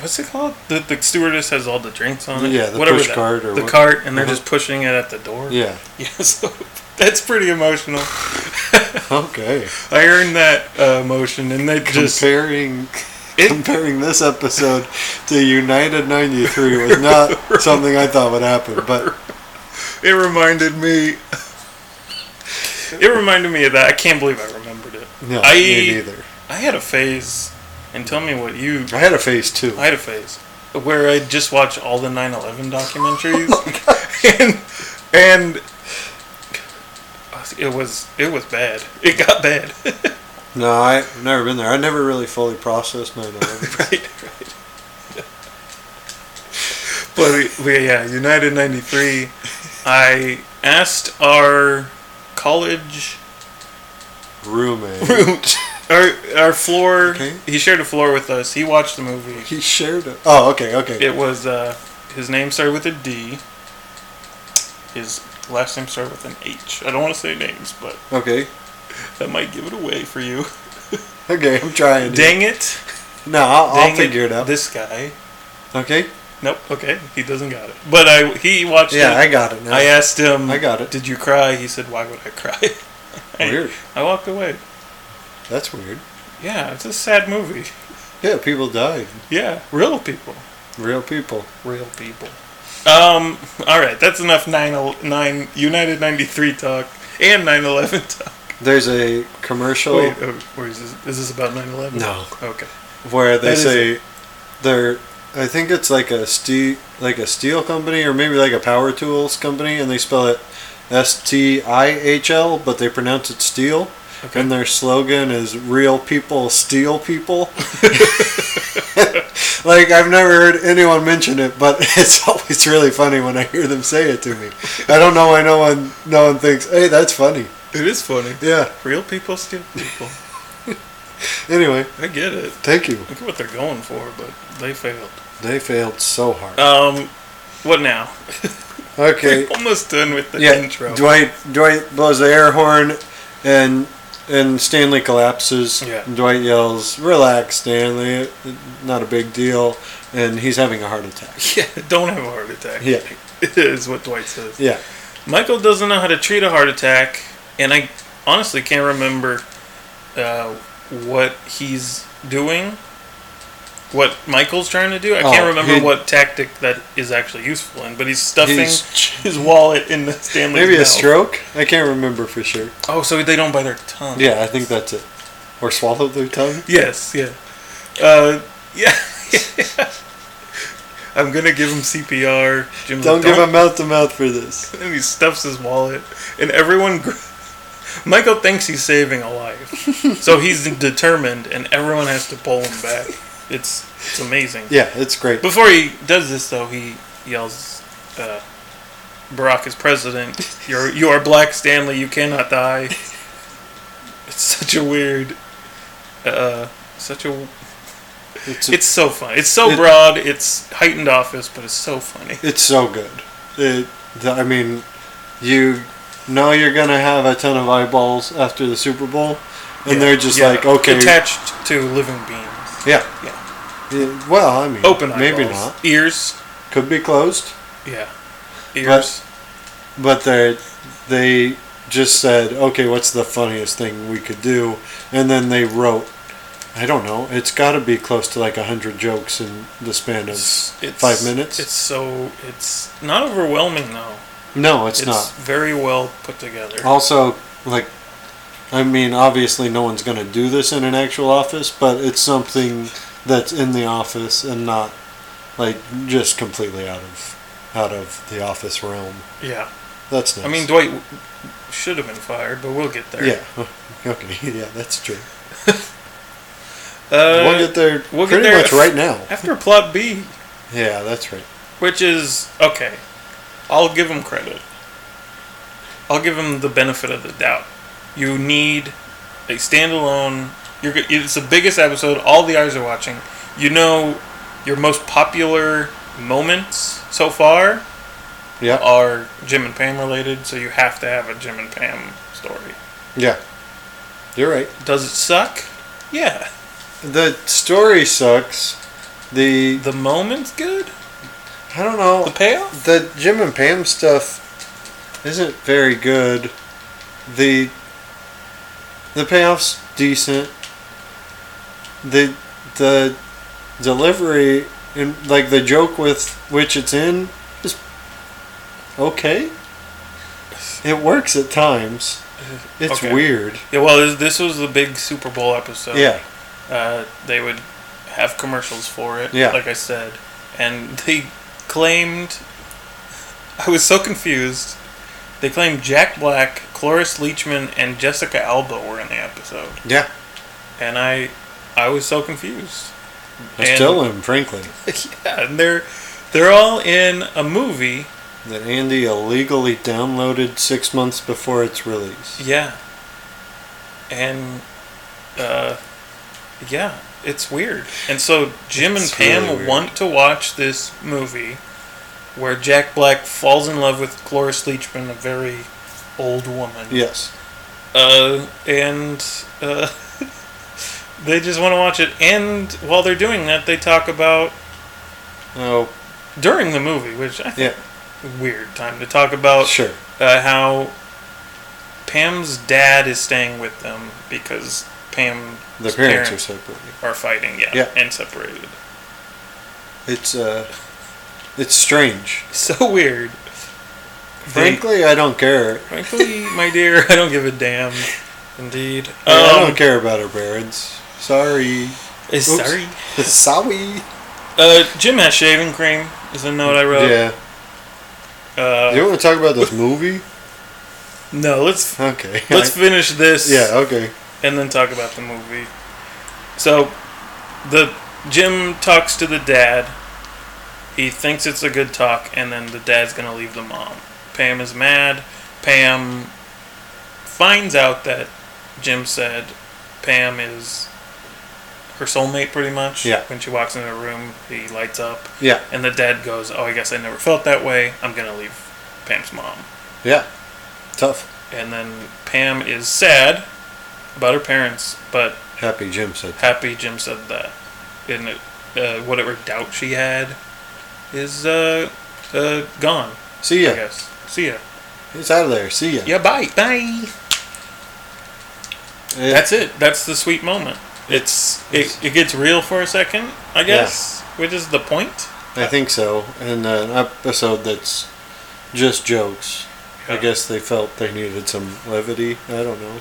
[SPEAKER 4] what's it called? The, the stewardess has all the drinks on it.
[SPEAKER 2] Yeah, the push
[SPEAKER 4] that-
[SPEAKER 2] cart or
[SPEAKER 4] the
[SPEAKER 2] what-
[SPEAKER 4] cart, and they're
[SPEAKER 2] Uh-huh.
[SPEAKER 4] just pushing it at the door.
[SPEAKER 2] yeah.
[SPEAKER 4] Yeah. So that's pretty emotional.
[SPEAKER 2] Okay.
[SPEAKER 4] I earned that uh, emotion, and they just
[SPEAKER 2] comparing
[SPEAKER 4] it,
[SPEAKER 2] comparing this episode to United '93 was not something I thought would happen, but
[SPEAKER 4] it reminded me. It reminded me of that. I can't believe I remembered it.
[SPEAKER 2] no,
[SPEAKER 4] I
[SPEAKER 2] me neither.
[SPEAKER 4] I had a phase, and tell me what you
[SPEAKER 2] I had a phase too.
[SPEAKER 4] I had a phase where I just watch all the 9/11 documentaries, and and it was it was bad. It got bad.
[SPEAKER 2] No, I've never been there. I never really fully processed 9/11.
[SPEAKER 4] right, right. But, but yeah, United '93. I asked our college
[SPEAKER 2] Roommate,
[SPEAKER 4] room, our our floor.
[SPEAKER 2] Okay.
[SPEAKER 4] He shared a floor with us. He watched the movie.
[SPEAKER 2] he shared it. Oh, okay, okay.
[SPEAKER 4] It was uh, his name started with a D. His last name started with an H. I don't want to say names, but
[SPEAKER 2] Okay,
[SPEAKER 4] that might give it away for you.
[SPEAKER 2] okay. I'm trying. to-
[SPEAKER 4] Dang it!
[SPEAKER 2] No, I'll,
[SPEAKER 4] Dang
[SPEAKER 2] I'll figure it, out.
[SPEAKER 4] This guy.
[SPEAKER 2] okay.
[SPEAKER 4] Nope. Okay, he doesn't got it. But I he watched
[SPEAKER 2] Yeah, I
[SPEAKER 4] it.
[SPEAKER 2] got it now.
[SPEAKER 4] I uh, asked him.
[SPEAKER 2] I got it.
[SPEAKER 4] Did you cry? He said, "Why would I cry?" I-
[SPEAKER 2] Weird.
[SPEAKER 4] I, walked away.
[SPEAKER 2] That's weird.
[SPEAKER 4] Yeah, it's a sad movie.
[SPEAKER 2] Yeah, people died.
[SPEAKER 4] Yeah, real people.
[SPEAKER 2] Real people.
[SPEAKER 4] Real people. Um. All right, that's enough. Nine. Nine. United ninety three talk and nine eleven talk.
[SPEAKER 2] There's a commercial
[SPEAKER 4] Wait, uh, or is this, is this about 9-11?
[SPEAKER 2] No.
[SPEAKER 4] Okay.
[SPEAKER 2] where they
[SPEAKER 4] That is-
[SPEAKER 2] say they're I think it's like a steel like a steel company or maybe like a power tools company and they spell it S T I H L but they pronounce it steel
[SPEAKER 4] Okay.
[SPEAKER 2] and their slogan is real people steal people. like I've never heard anyone mention it but it's always really funny when I hear them say it to me. I don't know why no one no one thinks, "Hey, that's funny."
[SPEAKER 4] It is funny.
[SPEAKER 2] Yeah.
[SPEAKER 4] Real people steal people.
[SPEAKER 2] Anyway,
[SPEAKER 4] I get it.
[SPEAKER 2] thank you.
[SPEAKER 4] Look at what they're going for, but they failed.
[SPEAKER 2] They failed so hard.
[SPEAKER 4] Um, what now?
[SPEAKER 2] Okay.
[SPEAKER 4] We're almost done with the
[SPEAKER 2] yeah,
[SPEAKER 4] intro.
[SPEAKER 2] Dwight Dwight blows the air horn, and and Stanley collapses.
[SPEAKER 4] Yeah.
[SPEAKER 2] And Dwight yells, "Relax, Stanley. Not a big deal." And he's having a heart attack.
[SPEAKER 4] yeah, don't have a heart attack.
[SPEAKER 2] Yeah.
[SPEAKER 4] Is what Dwight says.
[SPEAKER 2] Yeah.
[SPEAKER 4] Michael doesn't know how to treat a heart attack, and I honestly can't remember uh, what he's doing, what Michael's trying to do. I
[SPEAKER 2] Oh,
[SPEAKER 4] can't remember
[SPEAKER 2] he-
[SPEAKER 4] what tactic that is actually useful in, but he's stuffing
[SPEAKER 2] He's-
[SPEAKER 4] his wallet in the Stanley's
[SPEAKER 2] Maybe a
[SPEAKER 4] mouth.
[SPEAKER 2] stroke. I can't remember for sure.
[SPEAKER 4] Oh, so they don't bite their tongue.
[SPEAKER 2] Yeah, I think that's it. Or swallow their tongue.
[SPEAKER 4] Yes, yeah. Uh, yeah. I'm gonna give him CPR. Jim's
[SPEAKER 2] Don't
[SPEAKER 4] like,
[SPEAKER 2] give him mouth to mouth for this.
[SPEAKER 4] and he stuffs his wallet, and everyone. Gr- Michael thinks he's saving a life, so he's determined, and everyone has to pull him back. It's it's amazing.
[SPEAKER 2] Yeah, it's great.
[SPEAKER 4] Before he does this, though, he yells, uh, "Barack is president. You're you are Black Stanley. You cannot die." It's such a weird, uh, such a.
[SPEAKER 2] It's
[SPEAKER 4] It's so fun. It's so
[SPEAKER 2] It-
[SPEAKER 4] broad. It's heightened office, but it's so funny.
[SPEAKER 2] it's so good. It, th- I mean, you know you're gonna have a ton of eyeballs after the Super Bowl, and
[SPEAKER 4] Yeah,
[SPEAKER 2] they're just
[SPEAKER 4] yeah.
[SPEAKER 2] like, okay,
[SPEAKER 4] attached to living beings.
[SPEAKER 2] Yeah. Yeah, Well, I mean,
[SPEAKER 4] Open eyeballs.
[SPEAKER 2] maybe not.
[SPEAKER 4] Ears.
[SPEAKER 2] Could be closed,
[SPEAKER 4] Yeah. Ears.
[SPEAKER 2] but they they just said, okay, what's the funniest thing we could do? And then they wrote, I don't know, it's got to be close to like 100 jokes in the span of five minutes.
[SPEAKER 4] It's so it's not overwhelming though.
[SPEAKER 2] no, it's,
[SPEAKER 4] It's,
[SPEAKER 2] not.
[SPEAKER 4] very well put together.
[SPEAKER 2] Also, like, I mean, obviously, no one's going to do this in an actual office, but it's something that's in the office and not like just completely out of out of the office realm.
[SPEAKER 4] yeah,
[SPEAKER 2] That's nice.
[SPEAKER 4] I mean Dwight w- should have been fired, but we'll get there.
[SPEAKER 2] yeah. Okay. Yeah, that's true.
[SPEAKER 4] uh,
[SPEAKER 2] we'll get there
[SPEAKER 4] we'll get
[SPEAKER 2] pretty
[SPEAKER 4] there
[SPEAKER 2] much
[SPEAKER 4] af-
[SPEAKER 2] right now.
[SPEAKER 4] after plot B,
[SPEAKER 2] Yeah, that's right.
[SPEAKER 4] which is okay. I'll give him credit. I'll give him the benefit of the doubt. You need a standalone. You're go- it's the biggest episode. All the eyes are watching. You know your most popular moments so far
[SPEAKER 2] Yeah.
[SPEAKER 4] are Jim and Pam related, so you have to have a Jim and Pam story.
[SPEAKER 2] yeah. You're right.
[SPEAKER 4] Does it suck? Yeah.
[SPEAKER 2] The story sucks. The
[SPEAKER 4] The moment's good.
[SPEAKER 2] I don't know.
[SPEAKER 4] The payoff.
[SPEAKER 2] the Jim and Pam stuff isn't very good. The the payoff's decent. The the delivery and like the joke with which it's in is okay. It works at times. It's
[SPEAKER 4] Okay.
[SPEAKER 2] weird.
[SPEAKER 4] Yeah. Well, this was the big Super Bowl episode.
[SPEAKER 2] Yeah.
[SPEAKER 4] uh, they would have commercials for it.
[SPEAKER 2] Yeah.
[SPEAKER 4] Like I said, and they claimed. I was so confused. They claimed Jack Black, Cloris Leachman, and Jessica Alba were in the episode,
[SPEAKER 2] Yeah.
[SPEAKER 4] and I, I was so confused.
[SPEAKER 2] I
[SPEAKER 4] And-
[SPEAKER 2] still am, frankly.
[SPEAKER 4] yeah, and they're, they're all in a movie.
[SPEAKER 2] That Andy illegally downloaded six months before its release.
[SPEAKER 4] Yeah. And, uh, yeah, it's weird. And so Jim
[SPEAKER 2] It's
[SPEAKER 4] and Pam
[SPEAKER 2] really weird.
[SPEAKER 4] want to watch this movie where Jack Black falls in love with Cloris Leachman, a very old woman.
[SPEAKER 2] Yes.
[SPEAKER 4] Uh, and, uh, they just want to watch it. And while they're doing that, they talk about,
[SPEAKER 2] Oh,
[SPEAKER 4] during the movie, which I
[SPEAKER 2] yeah.
[SPEAKER 4] think is a weird time to talk about
[SPEAKER 2] Sure.
[SPEAKER 4] uh, how Pam's dad is staying with them because Pam
[SPEAKER 2] The parents are separated.
[SPEAKER 4] are, fighting, yeah,
[SPEAKER 2] Yeah.
[SPEAKER 4] and separated.
[SPEAKER 2] It's uh, it's strange.
[SPEAKER 4] So weird. They-
[SPEAKER 2] Frankly, I don't care.
[SPEAKER 4] frankly, my dear, I don't give a damn. Indeed. Um,
[SPEAKER 2] I don't care about her parents. Sorry.
[SPEAKER 4] eh, Sorry.
[SPEAKER 2] Sorry.
[SPEAKER 4] Uh, Jim has shaving cream. Is a note I wrote.
[SPEAKER 2] yeah.
[SPEAKER 4] Uh,
[SPEAKER 2] you want to talk about this movie?
[SPEAKER 4] no, let's
[SPEAKER 2] Okay.
[SPEAKER 4] let's finish this.
[SPEAKER 2] yeah. Okay.
[SPEAKER 4] and then talk about the movie. So, the Jim talks to the dad. He thinks it's a good talk, and then the dad's gonna leave the mom. Pam is mad. Pam finds out that Jim said Pam is her soulmate, pretty much.
[SPEAKER 2] Yeah.
[SPEAKER 4] When she walks into the room, he lights up,
[SPEAKER 2] Yeah.
[SPEAKER 4] and the dad goes, "Oh, I guess I never felt that way. I'm gonna leave Pam's mom."
[SPEAKER 2] Yeah. Tough.
[SPEAKER 4] And then Pam is sad about her parents, but
[SPEAKER 2] Happy Jim said.
[SPEAKER 4] happy Jim said that. And it, uh, whatever doubt she had is uh, uh, gone,
[SPEAKER 2] See
[SPEAKER 4] I
[SPEAKER 2] ya.
[SPEAKER 4] guess. See ya.
[SPEAKER 2] He's out of there. See ya.
[SPEAKER 4] Yeah, bye. Bye.
[SPEAKER 2] Eh,
[SPEAKER 4] That's it. That's the sweet moment. It's it, it gets real for a second, I guess, which is the point.
[SPEAKER 2] I think so. And an episode that's just jokes. I
[SPEAKER 4] Yeah.
[SPEAKER 2] guess they felt they needed some levity. I don't know.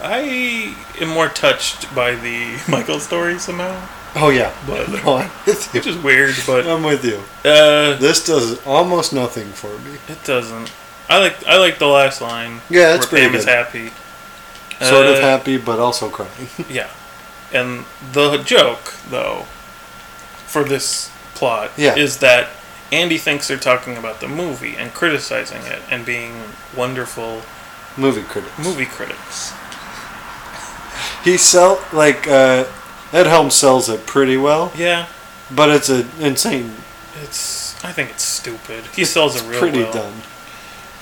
[SPEAKER 4] I am more touched by the Michael story somehow,
[SPEAKER 2] Oh yeah.
[SPEAKER 4] But-
[SPEAKER 2] No, I'm with
[SPEAKER 4] which
[SPEAKER 2] you.
[SPEAKER 4] is weird, but
[SPEAKER 2] I'm with you.
[SPEAKER 4] uh,
[SPEAKER 2] This does almost nothing for me.
[SPEAKER 4] it doesn't. I like I like the last line.
[SPEAKER 2] Yeah, that's
[SPEAKER 4] where
[SPEAKER 2] pretty
[SPEAKER 4] Pam is
[SPEAKER 2] good.
[SPEAKER 4] happy.
[SPEAKER 2] Sort of
[SPEAKER 4] Uh,
[SPEAKER 2] happy, but also crying.
[SPEAKER 4] Yeah. And the joke, though, for this plot
[SPEAKER 2] Yeah.
[SPEAKER 4] is that Andy thinks they're talking about the movie and criticizing it and being wonderful
[SPEAKER 2] Movie critics.
[SPEAKER 4] movie critics.
[SPEAKER 2] He sell like uh, Ed Helms sells it pretty well,
[SPEAKER 4] Yeah,
[SPEAKER 2] but it's an insane.
[SPEAKER 4] it's. I think it's stupid. He sells
[SPEAKER 2] It's
[SPEAKER 4] it real
[SPEAKER 2] pretty
[SPEAKER 4] well.
[SPEAKER 2] dumb.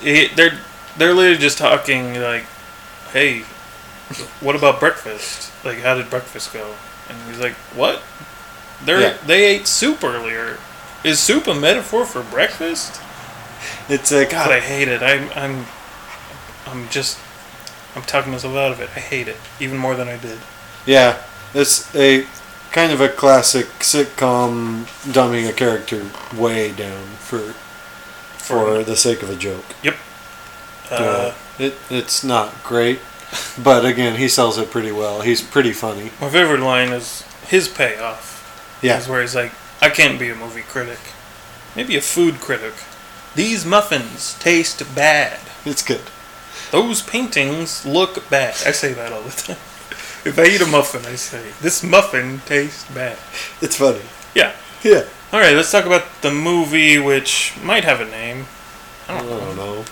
[SPEAKER 4] It- they're they're literally just talking like, "Hey, what about breakfast? Like, how did breakfast go?" And he's like, "What? They
[SPEAKER 2] Yeah.
[SPEAKER 4] are they ate soup earlier. Is soup a metaphor for breakfast?"
[SPEAKER 2] It's a
[SPEAKER 4] God, I hate it. I'm, I'm, I'm just, I'm talking myself out of it. I hate it even more than I did.
[SPEAKER 2] Yeah, it's a kind of a classic sitcom dumbing a character way down for for the sake of a joke.
[SPEAKER 4] Uh,
[SPEAKER 2] it it's not great, but again, he sells it pretty well. He's pretty funny.
[SPEAKER 4] My favorite line is his payoff.
[SPEAKER 2] Yeah,
[SPEAKER 4] Is where he's like, I can't be a movie critic, maybe a food critic. These muffins taste bad.
[SPEAKER 2] it's good.
[SPEAKER 4] Those paintings look bad. I say that all the time. If I eat a muffin, I say, this muffin tastes bad.
[SPEAKER 2] It's funny.
[SPEAKER 4] Yeah.
[SPEAKER 2] Yeah.
[SPEAKER 4] All right, let's talk about the movie, which might have a name. I
[SPEAKER 2] I
[SPEAKER 4] don't know.
[SPEAKER 2] don't know.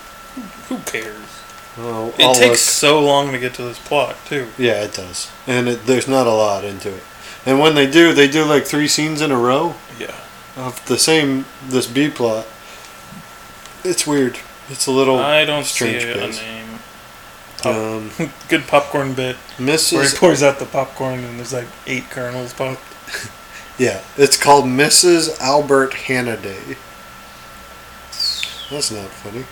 [SPEAKER 4] Who cares?
[SPEAKER 2] Oh,
[SPEAKER 4] It takes so long to get to this plot, too.
[SPEAKER 2] Yeah, it does, and it, there's not a lot into it. And when they do, they do like three scenes in a row
[SPEAKER 4] Yeah.
[SPEAKER 2] of the same this B plot. It's weird. It's a little.
[SPEAKER 4] I don't see
[SPEAKER 2] Oh, strange
[SPEAKER 4] a, a
[SPEAKER 2] place.
[SPEAKER 4] name.
[SPEAKER 2] Um,
[SPEAKER 4] Good popcorn bit where he
[SPEAKER 2] Mrs.
[SPEAKER 4] pours out the popcorn and there's like eight kernels popped.
[SPEAKER 2] Yeah, it's called Mrs. Albert Hannaday. That's not funny.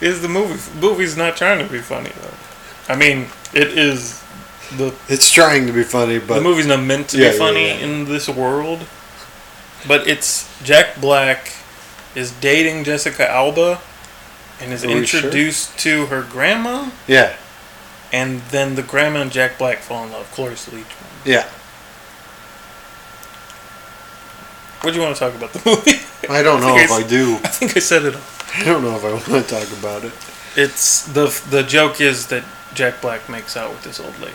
[SPEAKER 4] Is the movie movie's not trying to be funny though? I mean, it is the
[SPEAKER 2] It's trying to be funny, but
[SPEAKER 4] the movie's not meant to be
[SPEAKER 2] Yeah, yeah,
[SPEAKER 4] funny
[SPEAKER 2] yeah.
[SPEAKER 4] in this world, but it's Jack Black is dating Jessica Alba and is
[SPEAKER 2] Are we sure?
[SPEAKER 4] introduced to her grandma,
[SPEAKER 2] yeah,
[SPEAKER 4] and then the grandma and Jack Black fall in love. Cloris Leachman.
[SPEAKER 2] yeah.
[SPEAKER 4] What do you want to talk about the movie?
[SPEAKER 2] I don't know
[SPEAKER 4] think
[SPEAKER 2] if I do.
[SPEAKER 4] I think I said it all.
[SPEAKER 2] I don't know if I want to talk about it.
[SPEAKER 4] It's the the joke is that Jack Black makes out with this old lady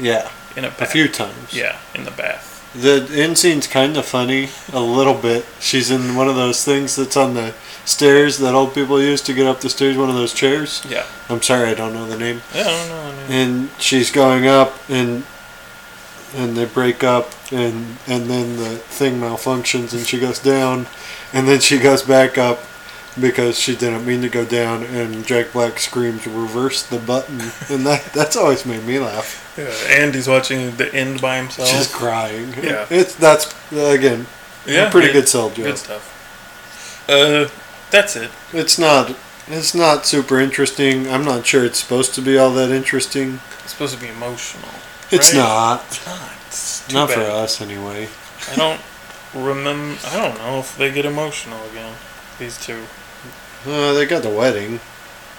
[SPEAKER 2] Yeah,
[SPEAKER 4] in a
[SPEAKER 2] a
[SPEAKER 4] bath.
[SPEAKER 2] few times.
[SPEAKER 4] Yeah, in the bath.
[SPEAKER 2] The end scene's kind of funny, a little bit. She's in one of those things that's on the stairs that old people use to get up the stairs, one of those chairs.
[SPEAKER 4] Yeah.
[SPEAKER 2] I'm sorry, I don't know the name.
[SPEAKER 4] Yeah, I don't know. I mean-
[SPEAKER 2] and she's going up and and they break up and and then the thing malfunctions and she goes down and then she goes back up because she didn't mean to go down and Jack Black screams reverse the button and that that's always made me laugh
[SPEAKER 4] Yeah, Andy's watching the end by himself.
[SPEAKER 2] she's crying
[SPEAKER 4] Yeah.
[SPEAKER 2] it's that's uh, again
[SPEAKER 4] yeah,
[SPEAKER 2] a pretty
[SPEAKER 4] it-
[SPEAKER 2] good sell joke
[SPEAKER 4] Good stuff. Uh, that's it.
[SPEAKER 2] it's not it's not super interesting I'm not sure it's supposed to be all that interesting
[SPEAKER 4] It's supposed to be emotional.
[SPEAKER 2] it's
[SPEAKER 4] right?
[SPEAKER 2] not
[SPEAKER 4] It's not. It's too
[SPEAKER 2] not for
[SPEAKER 4] bad.
[SPEAKER 2] us anyway
[SPEAKER 4] I don't remember. I don't know if they get emotional again. These two.
[SPEAKER 2] uh, they got the wedding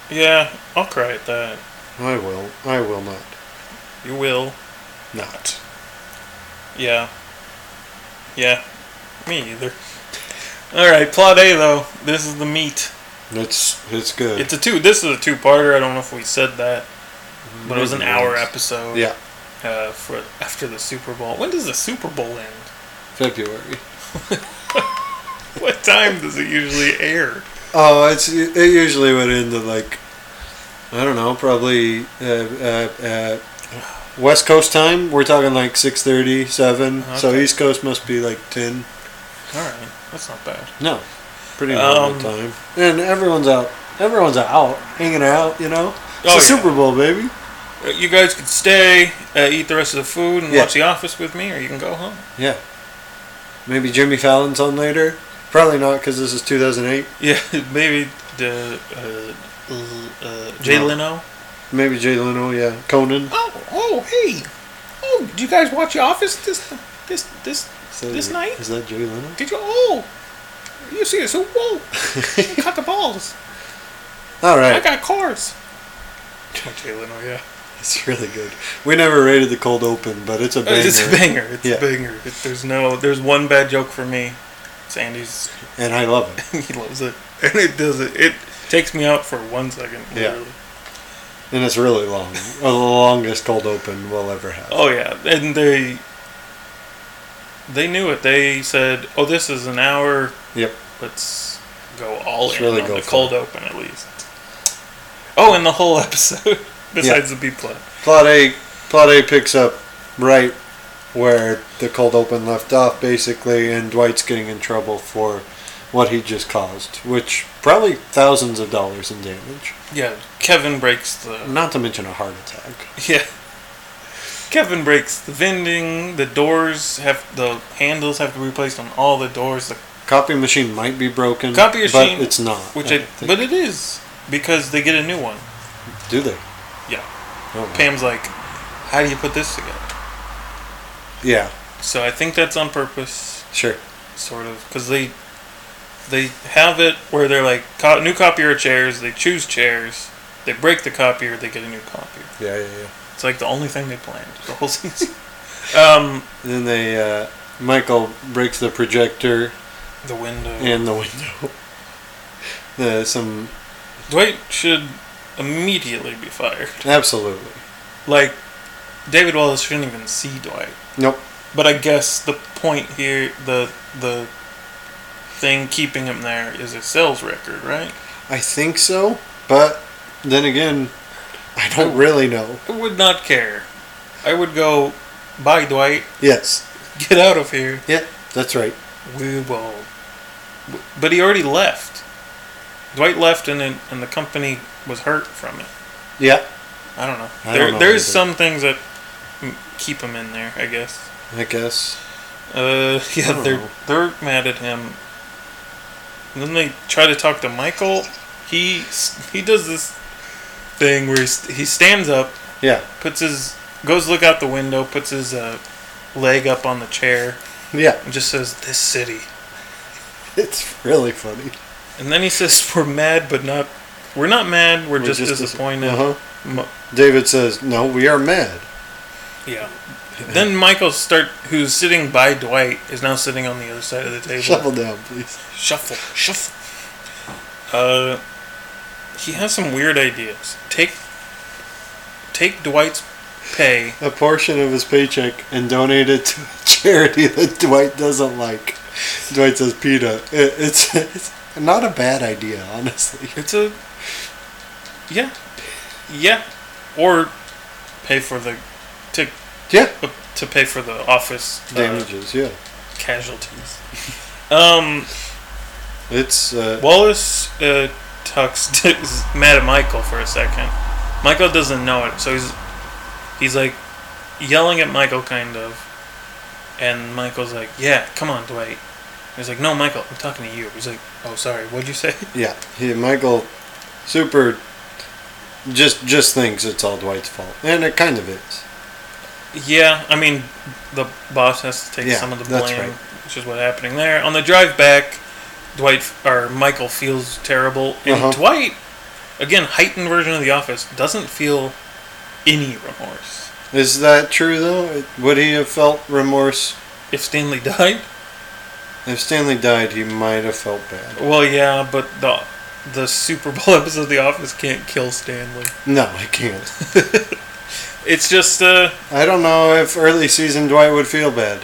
[SPEAKER 4] Yeah, I'll cry at that.
[SPEAKER 2] I will. I will not.
[SPEAKER 4] You will.
[SPEAKER 2] Not.
[SPEAKER 4] Yeah. Yeah. Me either. All right, plot A though. This is the meat.
[SPEAKER 2] It's it's good.
[SPEAKER 4] It's a two. This is a two-parter. I don't know if we said that, but it was an
[SPEAKER 2] Maybe
[SPEAKER 4] hour
[SPEAKER 2] once.
[SPEAKER 4] episode.
[SPEAKER 2] Yeah,
[SPEAKER 4] uh, for after the Super Bowl. When does the Super Bowl end?
[SPEAKER 2] February.
[SPEAKER 4] What time does it usually air?
[SPEAKER 2] Oh, it's it usually went into like I don't know, probably uh, uh, uh, West Coast time. We're talking like 6:30, 7. So
[SPEAKER 4] Okay.
[SPEAKER 2] East Coast must be like ten.
[SPEAKER 4] All right, that's not bad.
[SPEAKER 2] No, pretty normal
[SPEAKER 4] Um,
[SPEAKER 2] time. And everyone's out. Everyone's out, hanging out. You know, it's
[SPEAKER 4] Oh, yeah.
[SPEAKER 2] a Super Bowl, baby.
[SPEAKER 4] Uh, You guys could stay, uh, eat the rest of the food, and
[SPEAKER 2] Yeah.
[SPEAKER 4] watch The Office with me, or you can go home.
[SPEAKER 2] Yeah. Maybe Jimmy Fallon's on later. Probably not because this is 2008.
[SPEAKER 4] Yeah, maybe the uh, uh, uh, Jay
[SPEAKER 2] No.
[SPEAKER 4] Leno.
[SPEAKER 2] Maybe Jay Leno. Yeah, Conan.
[SPEAKER 4] Oh, oh, hey, oh, did you guys watch The Office this this this
[SPEAKER 2] Is that-
[SPEAKER 4] this night?
[SPEAKER 2] Is that Jay Leno?
[SPEAKER 4] Did you? Oh, you see the Super Bowl? Cut the balls.
[SPEAKER 2] All right,
[SPEAKER 4] got cars. Oh, Jay Leno, yeah.
[SPEAKER 2] it's really good. We never rated the cold open, but it's a banger.
[SPEAKER 4] It's a banger. It's
[SPEAKER 2] Yeah.
[SPEAKER 4] a banger. It, there's no. There's one bad joke for me. It's Andy's.
[SPEAKER 2] and I love it.
[SPEAKER 4] he loves it, and it does it. It takes me out for one second.
[SPEAKER 2] Yeah.
[SPEAKER 4] literally.
[SPEAKER 2] And it's really long, the longest cold open we'll ever have.
[SPEAKER 4] Oh yeah, and they. They knew it. They said, "Oh, this is an hour.
[SPEAKER 2] Yep.
[SPEAKER 4] Let's go all
[SPEAKER 2] Let's
[SPEAKER 4] in
[SPEAKER 2] really
[SPEAKER 4] on
[SPEAKER 2] go
[SPEAKER 4] the
[SPEAKER 2] for
[SPEAKER 4] cold open at least." Oh, and the whole episode besides the B plot.
[SPEAKER 2] Plot A, plot A picks up right where the cold open left off, basically, and Dwight's getting in trouble for what he just caused, which probably thousands of dollars in damage.
[SPEAKER 4] Yeah, Kevin breaks the
[SPEAKER 2] Not to mention a heart attack.
[SPEAKER 4] Yeah. Kevin breaks the vending. The doors have the handles have to be replaced on all the doors, the,
[SPEAKER 2] Copy machine might be broken.
[SPEAKER 4] Copy machine,
[SPEAKER 2] but it's not.
[SPEAKER 4] which
[SPEAKER 2] I
[SPEAKER 4] I,
[SPEAKER 2] don't think.
[SPEAKER 4] but it is. because they get a new one.
[SPEAKER 2] Do they?
[SPEAKER 4] Yeah.
[SPEAKER 2] Oh, wow.
[SPEAKER 4] Pam's like, how do you put this together?
[SPEAKER 2] Yeah,
[SPEAKER 4] So I think that's on purpose,
[SPEAKER 2] sure.
[SPEAKER 4] sort of, because they they have it where they're like co- new copier chairs. They choose chairs. They break the copier. They get a new copier.
[SPEAKER 2] Yeah, yeah, yeah.
[SPEAKER 4] It's like the only thing they planned the whole season. um,
[SPEAKER 2] And then they, uh, Michael breaks the projector
[SPEAKER 4] the window.
[SPEAKER 2] and the window. the, some,
[SPEAKER 4] Dwight should immediately be fired.
[SPEAKER 2] absolutely.
[SPEAKER 4] Like David Wallace shouldn't even see Dwight.
[SPEAKER 2] Nope.
[SPEAKER 4] But I guess the point here, the the thing keeping him there is a sales record, right?
[SPEAKER 2] I think so, but then again, I don't really know.
[SPEAKER 4] I would not care. I would go, bye, Dwight.
[SPEAKER 2] Yes.
[SPEAKER 4] Get out of here.
[SPEAKER 2] Yeah, that's right.
[SPEAKER 4] We will. But he already left. Dwight left, and it, and the company was hurt from it.
[SPEAKER 2] Yeah,
[SPEAKER 4] I don't know.
[SPEAKER 2] I don't
[SPEAKER 4] there
[SPEAKER 2] know
[SPEAKER 4] there's
[SPEAKER 2] either.
[SPEAKER 4] some things that m- keep him in there, I guess.
[SPEAKER 2] I guess.
[SPEAKER 4] Uh, yeah,
[SPEAKER 2] don't
[SPEAKER 4] they're
[SPEAKER 2] know.
[SPEAKER 4] they're mad at him. And then they try to talk to Michael. He s- he does this thing where he, st- he stands up,
[SPEAKER 2] Yeah,
[SPEAKER 4] puts his goes look out the window, puts his uh, leg up on the chair,
[SPEAKER 2] yeah.
[SPEAKER 4] and just says, "This city."
[SPEAKER 2] It's really funny.
[SPEAKER 4] And then he says, "We're mad, but not. We're not mad. We're, just, disappointed."
[SPEAKER 2] Uh-huh.
[SPEAKER 4] Mo-
[SPEAKER 2] David says, "No, we are mad."
[SPEAKER 4] yeah. Then Michael start, who's sitting by Dwight, is now sitting on the other side of the table.
[SPEAKER 2] Shuffle down, please.
[SPEAKER 4] Shuffle, shuffle. Uh, he has some weird ideas. Take, take Dwight's pay.
[SPEAKER 2] A portion of his paycheck and donate it to a charity that Dwight doesn't like. Dwight says, "Peta." It, it's, it's not a bad idea, honestly.
[SPEAKER 4] It's a, yeah, yeah, or pay for the, to
[SPEAKER 2] Yeah.
[SPEAKER 4] to pay for the office uh,
[SPEAKER 2] Damages. Yeah.
[SPEAKER 4] casualties. Um,
[SPEAKER 2] It's uh,
[SPEAKER 4] Wallace uh, talks to, is mad at Michael for a second. Michael doesn't know it, so he's he's like yelling at Michael, kind of. And Michael's like, "Yeah, come on, Dwight." He's like, "No, Michael, I'm talking to you." He's like, "Oh, sorry, what'd you say?"
[SPEAKER 2] yeah. He, Michael, super. Just just thinks it's all Dwight's fault, and it kind of is.
[SPEAKER 4] Yeah, I mean, the boss has to take
[SPEAKER 2] Yeah,
[SPEAKER 4] some of the
[SPEAKER 2] that's
[SPEAKER 4] blame,
[SPEAKER 2] right.
[SPEAKER 4] which is what's happening there. On the drive back, Dwight or Michael feels terrible, and
[SPEAKER 2] Uh-huh.
[SPEAKER 4] Dwight, again, heightened version of The Office, doesn't feel any remorse.
[SPEAKER 2] Is that true though? Would he have felt remorse
[SPEAKER 4] If Stanley died,
[SPEAKER 2] if Stanley died? He might have felt bad.
[SPEAKER 4] well, yeah, but the the Super Bowl episode of The Office can't kill Stanley.
[SPEAKER 2] No, I can't.
[SPEAKER 4] It's just uh,
[SPEAKER 2] I don't know if early season Dwight would feel bad.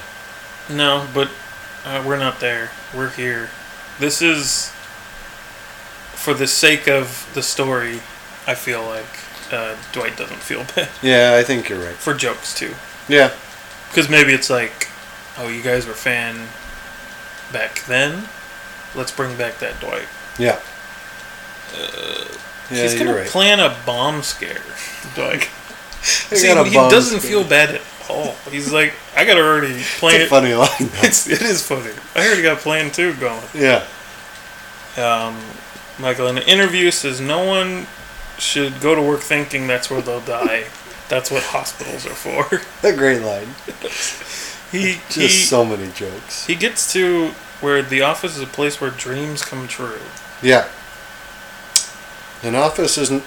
[SPEAKER 4] no, but uh, we're not there. We're here. This is for the sake of the story. I feel like uh, Dwight doesn't feel bad
[SPEAKER 2] Yeah, I think you're right.
[SPEAKER 4] for jokes too,
[SPEAKER 2] Yeah,
[SPEAKER 4] because maybe it's like, oh, you guys were fan back then. Let's bring back that Dwight.
[SPEAKER 2] yeah. yeah,
[SPEAKER 4] Uh, He's gonna
[SPEAKER 2] you're right.
[SPEAKER 4] plan a bomb scare, Dwight.
[SPEAKER 2] I
[SPEAKER 4] See,
[SPEAKER 2] got a
[SPEAKER 4] he
[SPEAKER 2] bum
[SPEAKER 4] doesn't
[SPEAKER 2] skin.
[SPEAKER 4] feel bad at all. He's like, I got to already
[SPEAKER 2] It's
[SPEAKER 4] plan
[SPEAKER 2] a
[SPEAKER 4] it.
[SPEAKER 2] funny line. though.
[SPEAKER 4] It's, it is funny. I already got plan two going.
[SPEAKER 2] yeah,
[SPEAKER 4] Um, Michael, in the interview, says no one should go to work thinking that's where they'll die. That's what hospitals are for.
[SPEAKER 2] a great line.
[SPEAKER 4] He
[SPEAKER 2] Just
[SPEAKER 4] he,
[SPEAKER 2] so many jokes.
[SPEAKER 4] he gets to where the office is a place where dreams come true.
[SPEAKER 2] Yeah. An office isn't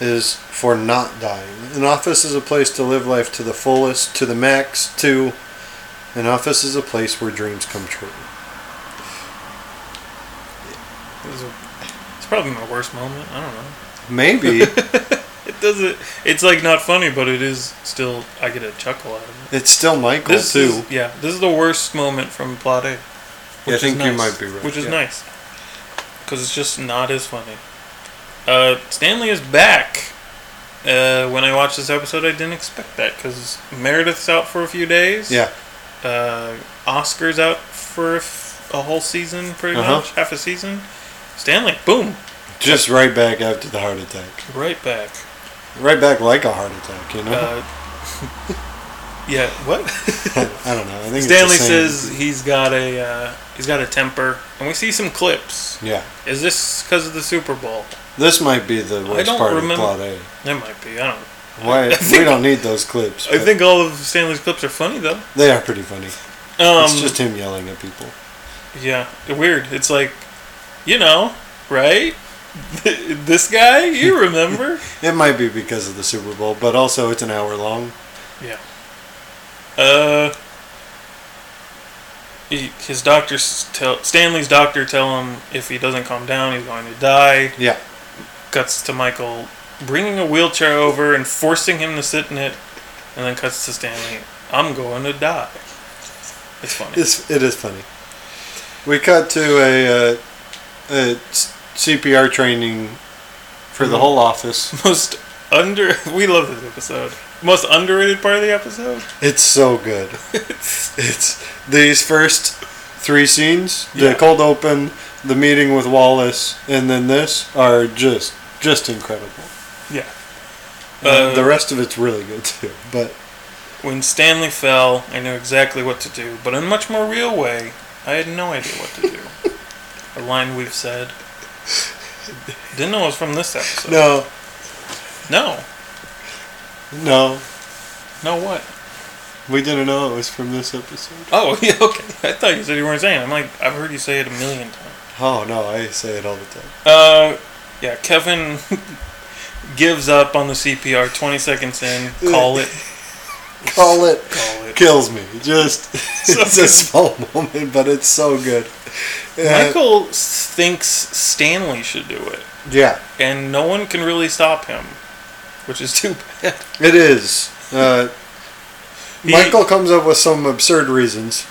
[SPEAKER 2] is for not dying. An office is a place to live life to the fullest, to the max, to. An office is a place where dreams come true.
[SPEAKER 4] It was a, it's probably my worst moment. I don't know.
[SPEAKER 2] Maybe
[SPEAKER 4] It doesn't. It's like not funny, but it is still. I get a chuckle out of it.
[SPEAKER 2] it's still Michael
[SPEAKER 4] this
[SPEAKER 2] too.
[SPEAKER 4] Is, yeah, this is the worst moment from Plot A.
[SPEAKER 2] Yeah, I
[SPEAKER 4] which is
[SPEAKER 2] think you
[SPEAKER 4] nice,
[SPEAKER 2] might be right,
[SPEAKER 4] Which is
[SPEAKER 2] yeah.
[SPEAKER 4] nice. Because it's just not as funny. Uh, Stanley is back. Uh, when I watched this episode, I didn't expect that because Meredith's out for a few days.
[SPEAKER 2] Yeah,
[SPEAKER 4] Uh, Oscar's out for a, f- a whole season, pretty
[SPEAKER 2] Uh-huh.
[SPEAKER 4] much, half a season. Stanley, boom,
[SPEAKER 2] just right back after the heart attack.
[SPEAKER 4] right back.
[SPEAKER 2] Right back like a heart attack, you know?
[SPEAKER 4] Uh, Yeah. What?
[SPEAKER 2] I don't know. I think it's the
[SPEAKER 4] Uh, Stanley
[SPEAKER 2] same.
[SPEAKER 4] says he's got a uh, he's got a temper, and we see some clips.
[SPEAKER 2] Yeah,
[SPEAKER 4] Is this because of the Super Bowl?
[SPEAKER 2] this might be the worst
[SPEAKER 4] don't
[SPEAKER 2] part
[SPEAKER 4] remember-
[SPEAKER 2] of plot A.
[SPEAKER 4] That might be. I don't.
[SPEAKER 2] Why
[SPEAKER 4] think-
[SPEAKER 2] we don't need those clips.
[SPEAKER 4] I
[SPEAKER 2] but
[SPEAKER 4] think all of Stanley's clips are funny though.
[SPEAKER 2] they are pretty funny.
[SPEAKER 4] Um,
[SPEAKER 2] it's just him yelling at people.
[SPEAKER 4] yeah, weird. It's like, you know, right? this guy, you remember?
[SPEAKER 2] It might be because of the Super Bowl, but also it's an hour long.
[SPEAKER 4] Yeah. Uh. He, his doctors tell Stanley's doctor tell him if he doesn't calm down, he's going to die.
[SPEAKER 2] Yeah,
[SPEAKER 4] Cuts to Michael bringing a wheelchair over and forcing him to sit in it, and then cuts to Stanley. I'm going to die. It's funny.
[SPEAKER 2] it's it is funny. We cut to a, uh, a s- CPR training for the whole office.
[SPEAKER 4] most under we love this episode. Most underrated part of the episode.
[SPEAKER 2] It's so good. it's these first three scenes: the
[SPEAKER 4] Yeah.
[SPEAKER 2] cold open, the meeting with Wallace, and then this are just just incredible.
[SPEAKER 4] Yeah. Uh,
[SPEAKER 2] the rest of it's really good too, but
[SPEAKER 4] When Stanley fell, I knew exactly what to do, but in a much more real way, I had no idea what to do. a line we've said. Didn't know it was from this episode.
[SPEAKER 2] no,
[SPEAKER 4] No.
[SPEAKER 2] no,
[SPEAKER 4] No what?
[SPEAKER 2] we didn't know it was from this episode.
[SPEAKER 4] Oh, yeah, okay. I thought you said you weren't saying it. I'm like, I've heard you say it a million times.
[SPEAKER 2] Oh no, I say it all the time.
[SPEAKER 4] Uh, yeah, Kevin gives up on the CPR 20 seconds in. Call it.
[SPEAKER 2] Call it
[SPEAKER 4] Call it.
[SPEAKER 2] kills me. Just it's a small moment, but it's so good. Uh,
[SPEAKER 4] Michael thinks Stanley should do it,
[SPEAKER 2] yeah,
[SPEAKER 4] and no one can really stop him, which is too bad.
[SPEAKER 2] it is. Uh,
[SPEAKER 4] He-
[SPEAKER 2] Michael comes up with some absurd reasons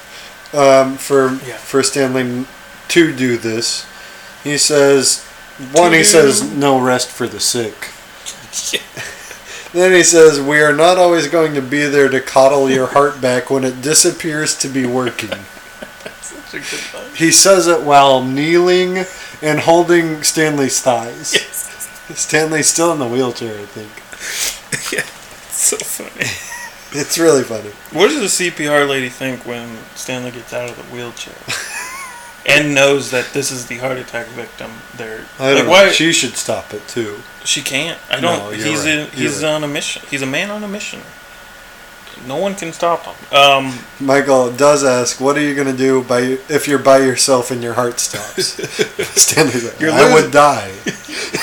[SPEAKER 2] um, for
[SPEAKER 4] Yeah.
[SPEAKER 2] for Stanley to do this. He says one. He
[SPEAKER 4] do.
[SPEAKER 2] says no rest for the sick. Then he says, "We are not always going to be there to coddle your heart back when it disappears to be working."
[SPEAKER 4] Such a good line.
[SPEAKER 2] He says it while kneeling and holding Stanley's thighs. Stanley's still in the wheelchair, I think.
[SPEAKER 4] So funny.
[SPEAKER 2] It's really funny.
[SPEAKER 4] What does the CPR lady think when Stanley gets out of the wheelchair and knows that this is the heart attack victim? There,
[SPEAKER 2] I don't
[SPEAKER 4] like
[SPEAKER 2] know.
[SPEAKER 4] why she,
[SPEAKER 2] She should stop it too.
[SPEAKER 4] can't. I
[SPEAKER 2] No,
[SPEAKER 4] don't.
[SPEAKER 2] you're
[SPEAKER 4] he's
[SPEAKER 2] right.
[SPEAKER 4] in, he's
[SPEAKER 2] You're right.
[SPEAKER 4] on a mission. He's a man on a mission. No one can stop him. Um,
[SPEAKER 2] Michael does ask, "What are you going to do by if you're by yourself and your heart stops?" Stanley's like,
[SPEAKER 4] You're
[SPEAKER 2] "I
[SPEAKER 4] losing-
[SPEAKER 2] would die."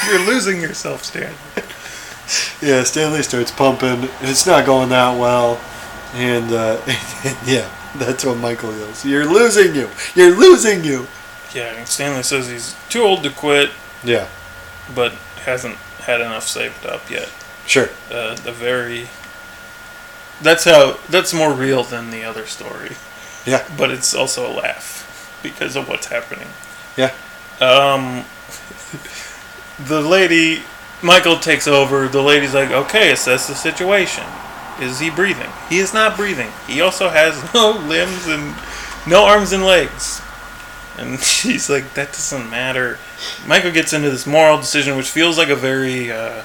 [SPEAKER 4] you're losing yourself, Stan.
[SPEAKER 2] Yeah, Stanley starts pumping. It's not going that well, and uh, yeah, that's what Michael yells. You're losing you. You're losing you.
[SPEAKER 4] Yeah, and Stanley says he's too old to quit,
[SPEAKER 2] Yeah,
[SPEAKER 4] but hasn't had enough saved up yet.
[SPEAKER 2] sure.
[SPEAKER 4] uh, the very that's how that's more real than the other story
[SPEAKER 2] Yeah.
[SPEAKER 4] but it's also a laugh because of what's happening
[SPEAKER 2] Yeah.
[SPEAKER 4] um the lady michael takes over the lady's like okay assess the situation is he breathing he is not breathing he also has no limbs and no arms and legs and she's like that doesn't matter michael gets into this moral decision which feels like a very uh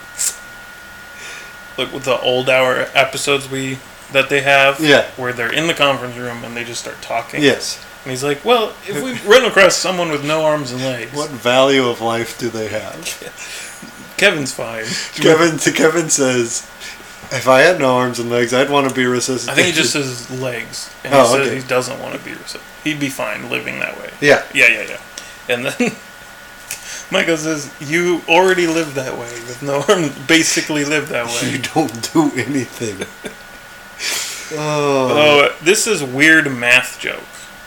[SPEAKER 4] like with the old hour episodes we that they have
[SPEAKER 2] Yeah.
[SPEAKER 4] where they're in the conference room and they just start talking
[SPEAKER 2] Yes.
[SPEAKER 4] and he's like, well, if we run across someone with no arms and legs,
[SPEAKER 2] What value of life do they have?
[SPEAKER 4] Kevin's fine.
[SPEAKER 2] Kevin Kevin says, if I had no arms and legs, I'd want to be resuscitated.
[SPEAKER 4] I think he just says legs, and
[SPEAKER 2] Oh,
[SPEAKER 4] he says
[SPEAKER 2] okay.
[SPEAKER 4] he doesn't want to be. rece- He'd be fine living that way.
[SPEAKER 2] yeah.
[SPEAKER 4] Yeah, yeah, yeah. And then Michael says, "You already live that way with no arms. Basically, live that
[SPEAKER 2] You
[SPEAKER 4] way."
[SPEAKER 2] don't do anything. oh,
[SPEAKER 4] Oh, this is weird math joke.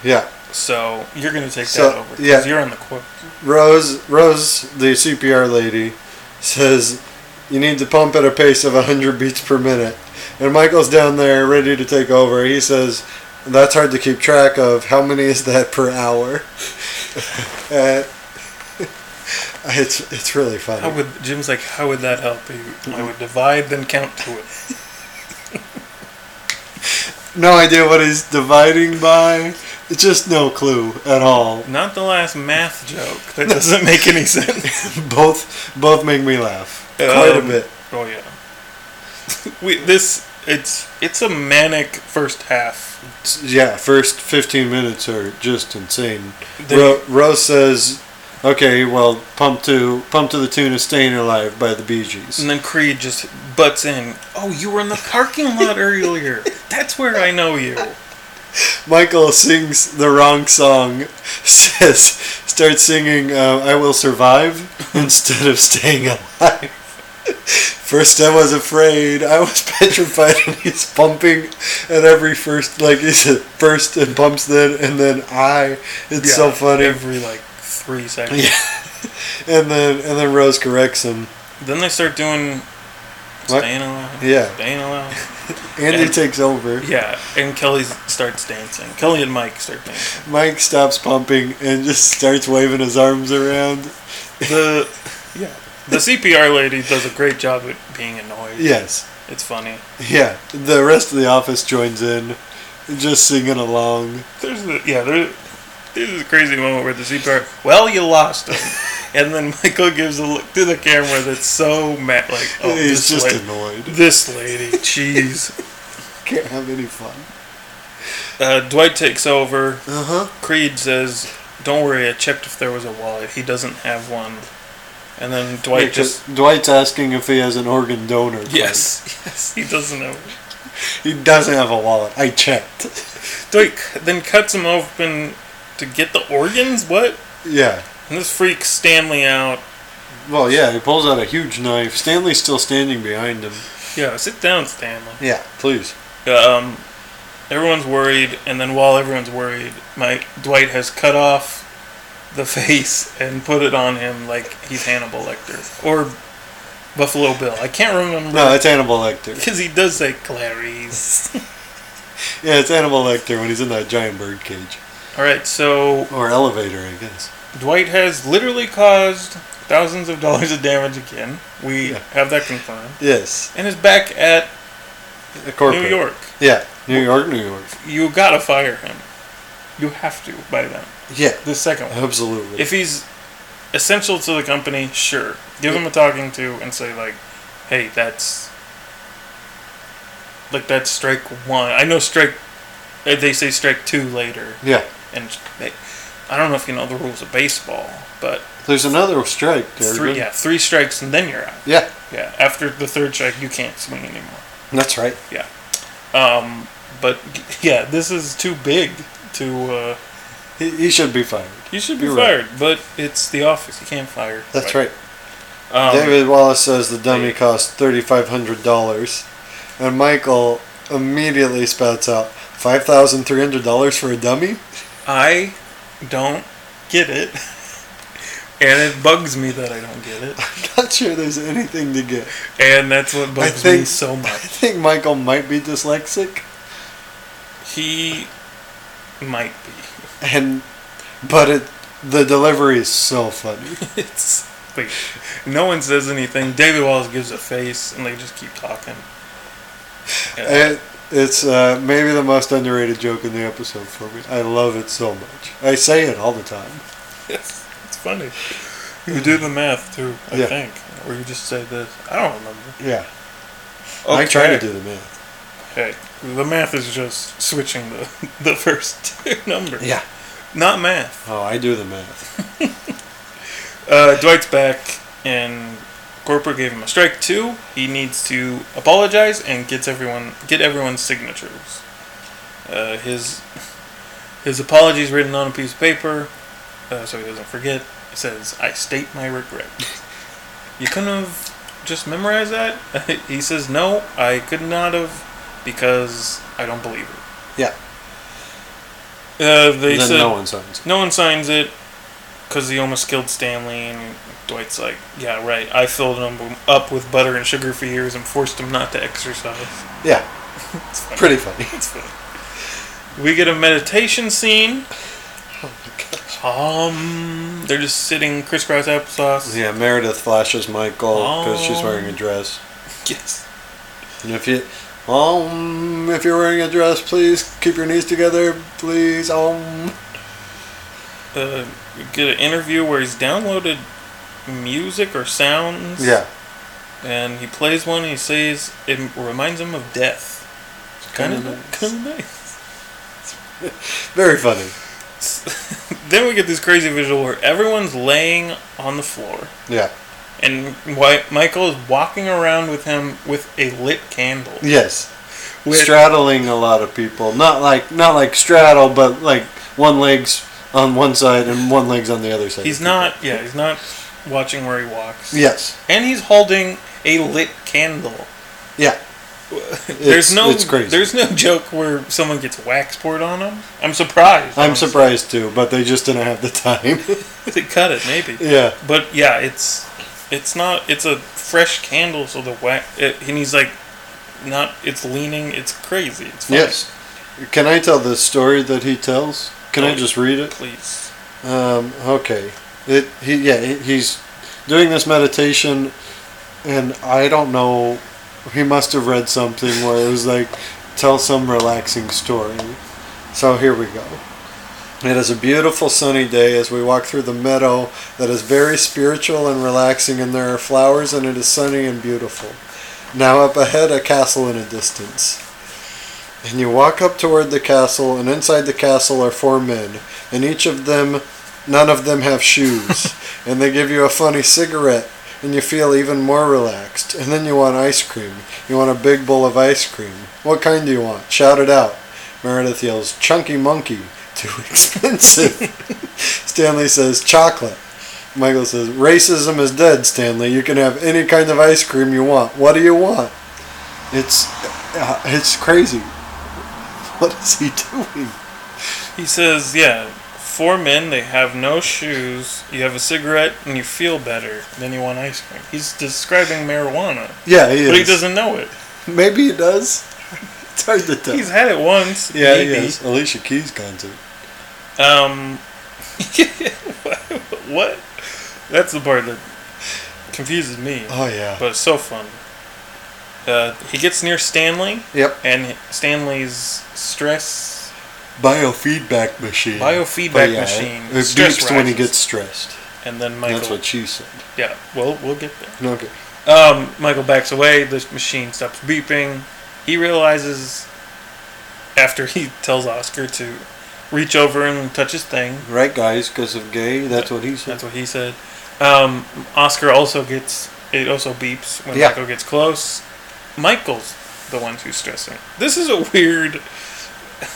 [SPEAKER 2] yeah.
[SPEAKER 4] So you're gonna take
[SPEAKER 2] So,
[SPEAKER 4] that over because
[SPEAKER 2] yeah.
[SPEAKER 4] you're on the quote.
[SPEAKER 2] Rose Rose, the CPR lady, says you need to pump at a pace of hundred beats per minute. And Michael's down there ready to take over. He says that's hard to keep track of. How many is that per hour? uh, it's it's really funny.
[SPEAKER 4] How would Jim's like? How would that help? He, I would divide, then count to it.
[SPEAKER 2] No idea what he's dividing by. It's just no clue at all.
[SPEAKER 4] Not the last math joke. That doesn't make any sense.
[SPEAKER 2] Both both make me laugh quite a
[SPEAKER 4] Um,
[SPEAKER 2] bit.
[SPEAKER 4] Oh yeah. we this it's it's a manic first half.
[SPEAKER 2] It's- yeah, first 15 minutes are just insane.
[SPEAKER 4] They-
[SPEAKER 2] Ro- Rose says, okay, well, pump to pump to the tune of Staying Alive by the Bee Gees.
[SPEAKER 4] And then Creed just butts in. Oh, you were in the parking lot earlier. That's where I know you.
[SPEAKER 2] Michael sings the wrong song, says, starts singing uh, I Will Survive instead of Staying Alive. First I was afraid, I was petrified, and he's pumping at every first, like, he said first and pumps then, and then I. It's so
[SPEAKER 4] Yeah,
[SPEAKER 2] funny.
[SPEAKER 4] Every like three seconds.
[SPEAKER 2] Yeah. and then and then Rose corrects him.
[SPEAKER 4] Then they start doing
[SPEAKER 2] What?
[SPEAKER 4] staying alive.
[SPEAKER 2] Yeah.
[SPEAKER 4] Staying alive.
[SPEAKER 2] Andy
[SPEAKER 4] And-
[SPEAKER 2] takes over.
[SPEAKER 4] Yeah. And Kelly starts dancing. Kelly and Mike start dancing.
[SPEAKER 2] Mike stops pumping and just starts waving his arms around.
[SPEAKER 4] The yeah. The CPR lady does a great job at being annoyed.
[SPEAKER 2] Yes.
[SPEAKER 4] It's funny.
[SPEAKER 2] Yeah. The rest of the office joins in, just singing along.
[SPEAKER 4] There's the yeah, there there's this crazy moment where the CPR well you lost him. and then Michael gives a look to the camera that's so mad like oh this
[SPEAKER 2] He's just
[SPEAKER 4] la-
[SPEAKER 2] annoyed.
[SPEAKER 4] this lady, jeez.
[SPEAKER 2] Can't have any fun.
[SPEAKER 4] Uh, Dwight takes over.
[SPEAKER 2] Uh huh.
[SPEAKER 4] Creed says, "Don't worry, I checked if there was a wallet. He doesn't have one." And then Dwight just
[SPEAKER 2] Dwight's asking if he has an organ donor. card.
[SPEAKER 4] yes, yes, he doesn't know.
[SPEAKER 2] He doesn't have a wallet. I checked.
[SPEAKER 4] Dwight c- then cuts him open to get the organs. What?
[SPEAKER 2] Yeah.
[SPEAKER 4] And this freaks Stanley out.
[SPEAKER 2] Well, yeah. He pulls out a huge knife. Stanley's still standing behind him.
[SPEAKER 4] Yeah, sit down, Stanley.
[SPEAKER 2] Yeah. Please.
[SPEAKER 4] Um, everyone's worried, and then while everyone's worried, my Dwight has cut off the face and put it on him like he's Hannibal Lecter or Buffalo Bill. I can't remember.
[SPEAKER 2] No, it's Hannibal Lecter.
[SPEAKER 4] Because he does say Clarice.
[SPEAKER 2] Yeah, it's Hannibal Lecter when he's in that giant bird cage.
[SPEAKER 4] All right, so
[SPEAKER 2] Or elevator, I guess.
[SPEAKER 4] Dwight has literally caused thousands of dollars of damage again. We
[SPEAKER 2] Yeah.
[SPEAKER 4] have that confirmed.
[SPEAKER 2] Yes.
[SPEAKER 4] And is back at
[SPEAKER 2] A corporate.
[SPEAKER 4] New York.
[SPEAKER 2] Yeah. New York, New York.
[SPEAKER 4] You gotta fire him. You have to by then.
[SPEAKER 2] Yeah.
[SPEAKER 4] The second one.
[SPEAKER 2] Absolutely.
[SPEAKER 4] If he's essential to the company, sure. Give him a talking to and say like, "Hey, that's like that's strike one." I know strike. uh, They say strike two later.
[SPEAKER 2] yeah.
[SPEAKER 4] and they, I don't know if you know the rules of baseball, but
[SPEAKER 2] There's another strike, Darren.
[SPEAKER 4] three yeah three strikes and then you're out.
[SPEAKER 2] Yeah.
[SPEAKER 4] Yeah, after the third strike you can't swing anymore.
[SPEAKER 2] That's right.
[SPEAKER 4] Um, but yeah, this is too big to. Uh,
[SPEAKER 2] He, he should be fired.
[SPEAKER 4] you should be
[SPEAKER 2] You're right.
[SPEAKER 4] fired, but it's the office. You can't fire.
[SPEAKER 2] That's
[SPEAKER 4] But,
[SPEAKER 2] right.
[SPEAKER 4] Um,
[SPEAKER 2] David Wallace says the dummy
[SPEAKER 4] Hey.
[SPEAKER 2] cost thirty-five hundred dollars, and Michael immediately spouts out five thousand three hundred dollars for a dummy.
[SPEAKER 4] I don't get it, and it bugs me that I don't get it,
[SPEAKER 2] I'm not sure there's anything to get.
[SPEAKER 4] and that's what
[SPEAKER 2] I
[SPEAKER 4] bugs me
[SPEAKER 2] think
[SPEAKER 4] so
[SPEAKER 2] I
[SPEAKER 4] much.
[SPEAKER 2] think Michael might be dyslexic,
[SPEAKER 4] He might be.
[SPEAKER 2] and but it the delivery is so funny.
[SPEAKER 4] It's like no one says anything. David Wallace gives a face, and they just keep talking. Yeah.
[SPEAKER 2] It, it's uh, maybe the most underrated joke in the episode for me. I love it so much. I say it all the time.
[SPEAKER 4] It's, it's funny. You do the math too, I
[SPEAKER 2] Yeah.
[SPEAKER 4] think, or you just say this. I don't remember.
[SPEAKER 2] Yeah. I try to do the math.
[SPEAKER 4] Hey, the math is just switching the the first two numbers. not math.
[SPEAKER 2] Oh, I do the math.
[SPEAKER 4] Uh, Dwight's back, and corporate gave him a strike too. He needs to apologize and gets everyone get everyone's signatures. Uh, his his apologies written on a piece of paper, uh, so he doesn't forget. It says, "I state my regret." you couldn't have just memorized that. he says, "No, I could not have because I don't believe it."
[SPEAKER 2] Yeah.
[SPEAKER 4] Uh, they
[SPEAKER 2] then
[SPEAKER 4] said
[SPEAKER 2] no one signs.
[SPEAKER 4] no one signs it because he almost killed Stanley, and Dwight's like, "Yeah, right. I filled him up with butter and sugar for years and forced him not to exercise."
[SPEAKER 2] Yeah,
[SPEAKER 4] It's funny.
[SPEAKER 2] pretty funny.
[SPEAKER 4] It's funny. We get a meditation scene. Um, they're just sitting crisscross applesauce.
[SPEAKER 2] Yeah, Meredith flashes Michael because she's
[SPEAKER 4] Oh.
[SPEAKER 2] wearing a dress.
[SPEAKER 4] Yes.
[SPEAKER 2] And if you, um, if you're wearing a dress, please keep your knees together, please. Um,
[SPEAKER 4] Uh, we get an interview where he's downloaded music or sounds.
[SPEAKER 2] yeah,
[SPEAKER 4] And he plays one. And he says it reminds him of death. Kind
[SPEAKER 2] Kinda
[SPEAKER 4] of, kind of nice.
[SPEAKER 2] Very funny.
[SPEAKER 4] then we get this crazy visual where everyone's laying on the floor,
[SPEAKER 2] Yeah.
[SPEAKER 4] and Wi- Michael is walking around with him with a lit candle.
[SPEAKER 2] Yes.
[SPEAKER 4] With-
[SPEAKER 2] Straddling a lot of people. Not like not like straddle, but like one leg's on one side and one leg's on the other side.
[SPEAKER 4] He's not. Yeah, he's not watching where he walks.
[SPEAKER 2] Yes.
[SPEAKER 4] and he's holding a lit candle.
[SPEAKER 2] Yeah.
[SPEAKER 4] there's no.
[SPEAKER 2] It's crazy.
[SPEAKER 4] There's no joke where someone gets wax poured on them. I'm surprised.
[SPEAKER 2] I'm
[SPEAKER 4] honestly.
[SPEAKER 2] surprised too, but they just didn't have the time.
[SPEAKER 4] They cut it, maybe.
[SPEAKER 2] yeah.
[SPEAKER 4] But yeah, it's it's not it's a fresh candle, so the wax it, and he's like not it's leaning. It's crazy. It's funny.
[SPEAKER 2] Yes. Can I tell the story that he tells? Can I
[SPEAKER 4] Oh.
[SPEAKER 2] just read it?
[SPEAKER 4] Please.
[SPEAKER 2] Um, okay. It he yeah he- he's doing this meditation, and I don't know. He must have read something where it was like, tell some relaxing story. So here we go. It is a beautiful sunny day as we walk through the meadow that is very spiritual and relaxing, and there are flowers, and it is sunny and beautiful. Now up ahead, a castle in a distance. And you walk up toward the castle, and inside the castle are four men, and each of them, none of them have shoes, and they give you a funny cigarette, and you feel even more relaxed. And then you want ice cream. You want a big bowl of ice cream. What kind do you want? Shout it out. Meredith yells, "Chunky monkey, too expensive." Stanley says, "Chocolate." Michael says, "Racism is dead, Stanley. You can have any kind of ice cream you want. What do you want?" It's uh, it's crazy. What is he doing?
[SPEAKER 4] He says, yeah. Four men, they have no shoes, you have a cigarette, and you feel better. Then you want ice cream. He's describing marijuana,
[SPEAKER 2] Yeah, he is.
[SPEAKER 4] but he doesn't know it.
[SPEAKER 2] Maybe he does. it's hard to tell.
[SPEAKER 4] He's had it once.
[SPEAKER 2] yeah,
[SPEAKER 4] maybe.
[SPEAKER 2] he is. Alicia Keys concert.
[SPEAKER 4] Um, what? That's the part that confuses me,
[SPEAKER 2] Oh yeah.
[SPEAKER 4] but it's so fun. Uh, he gets near Stanley,
[SPEAKER 2] Yep.
[SPEAKER 4] and Stanley's stress
[SPEAKER 2] Biofeedback machine.
[SPEAKER 4] Biofeedback
[SPEAKER 2] But yeah,
[SPEAKER 4] machine.
[SPEAKER 2] It, it
[SPEAKER 4] Stress
[SPEAKER 2] beeps when he
[SPEAKER 4] rises.
[SPEAKER 2] gets stressed.
[SPEAKER 4] and then Michael.
[SPEAKER 2] That's what she said.
[SPEAKER 4] yeah, well, we'll get there.
[SPEAKER 2] Okay.
[SPEAKER 4] Um, Michael backs away. The machine stops beeping. He realizes after he tells Oscar to reach over and touch his thing.
[SPEAKER 2] Right, guys, because of gay. That's what he said.
[SPEAKER 4] That's what he said. Um, Oscar also gets it also beeps when
[SPEAKER 2] Yeah.
[SPEAKER 4] Michael gets close. Michael's the one who's stressing. This is a weird.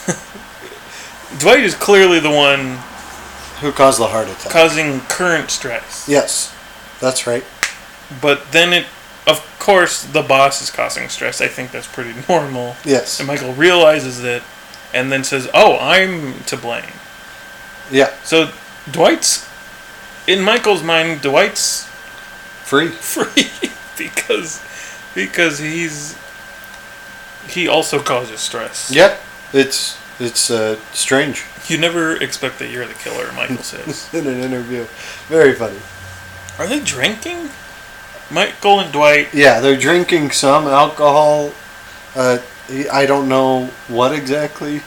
[SPEAKER 4] Dwight is clearly the one
[SPEAKER 2] Who caused the heart attack?
[SPEAKER 4] causing current stress.
[SPEAKER 2] yes, that's right.
[SPEAKER 4] But then it, of course, the boss is causing stress. I think that's pretty normal.
[SPEAKER 2] Yes.
[SPEAKER 4] And Michael realizes that, and then says, "Oh, I'm to blame."
[SPEAKER 2] yeah.
[SPEAKER 4] So Dwight's, in Michael's mind, Dwight's
[SPEAKER 2] Free.
[SPEAKER 4] free because because he's he also causes stress.
[SPEAKER 2] Yeah. It's it's uh, strange
[SPEAKER 4] You never expect that you're the killer, Michael says.
[SPEAKER 2] in an interview. Very funny.
[SPEAKER 4] Are they drinking? Michael and Dwight
[SPEAKER 2] Yeah, they're drinking some alcohol. Uh, I don't know what exactly,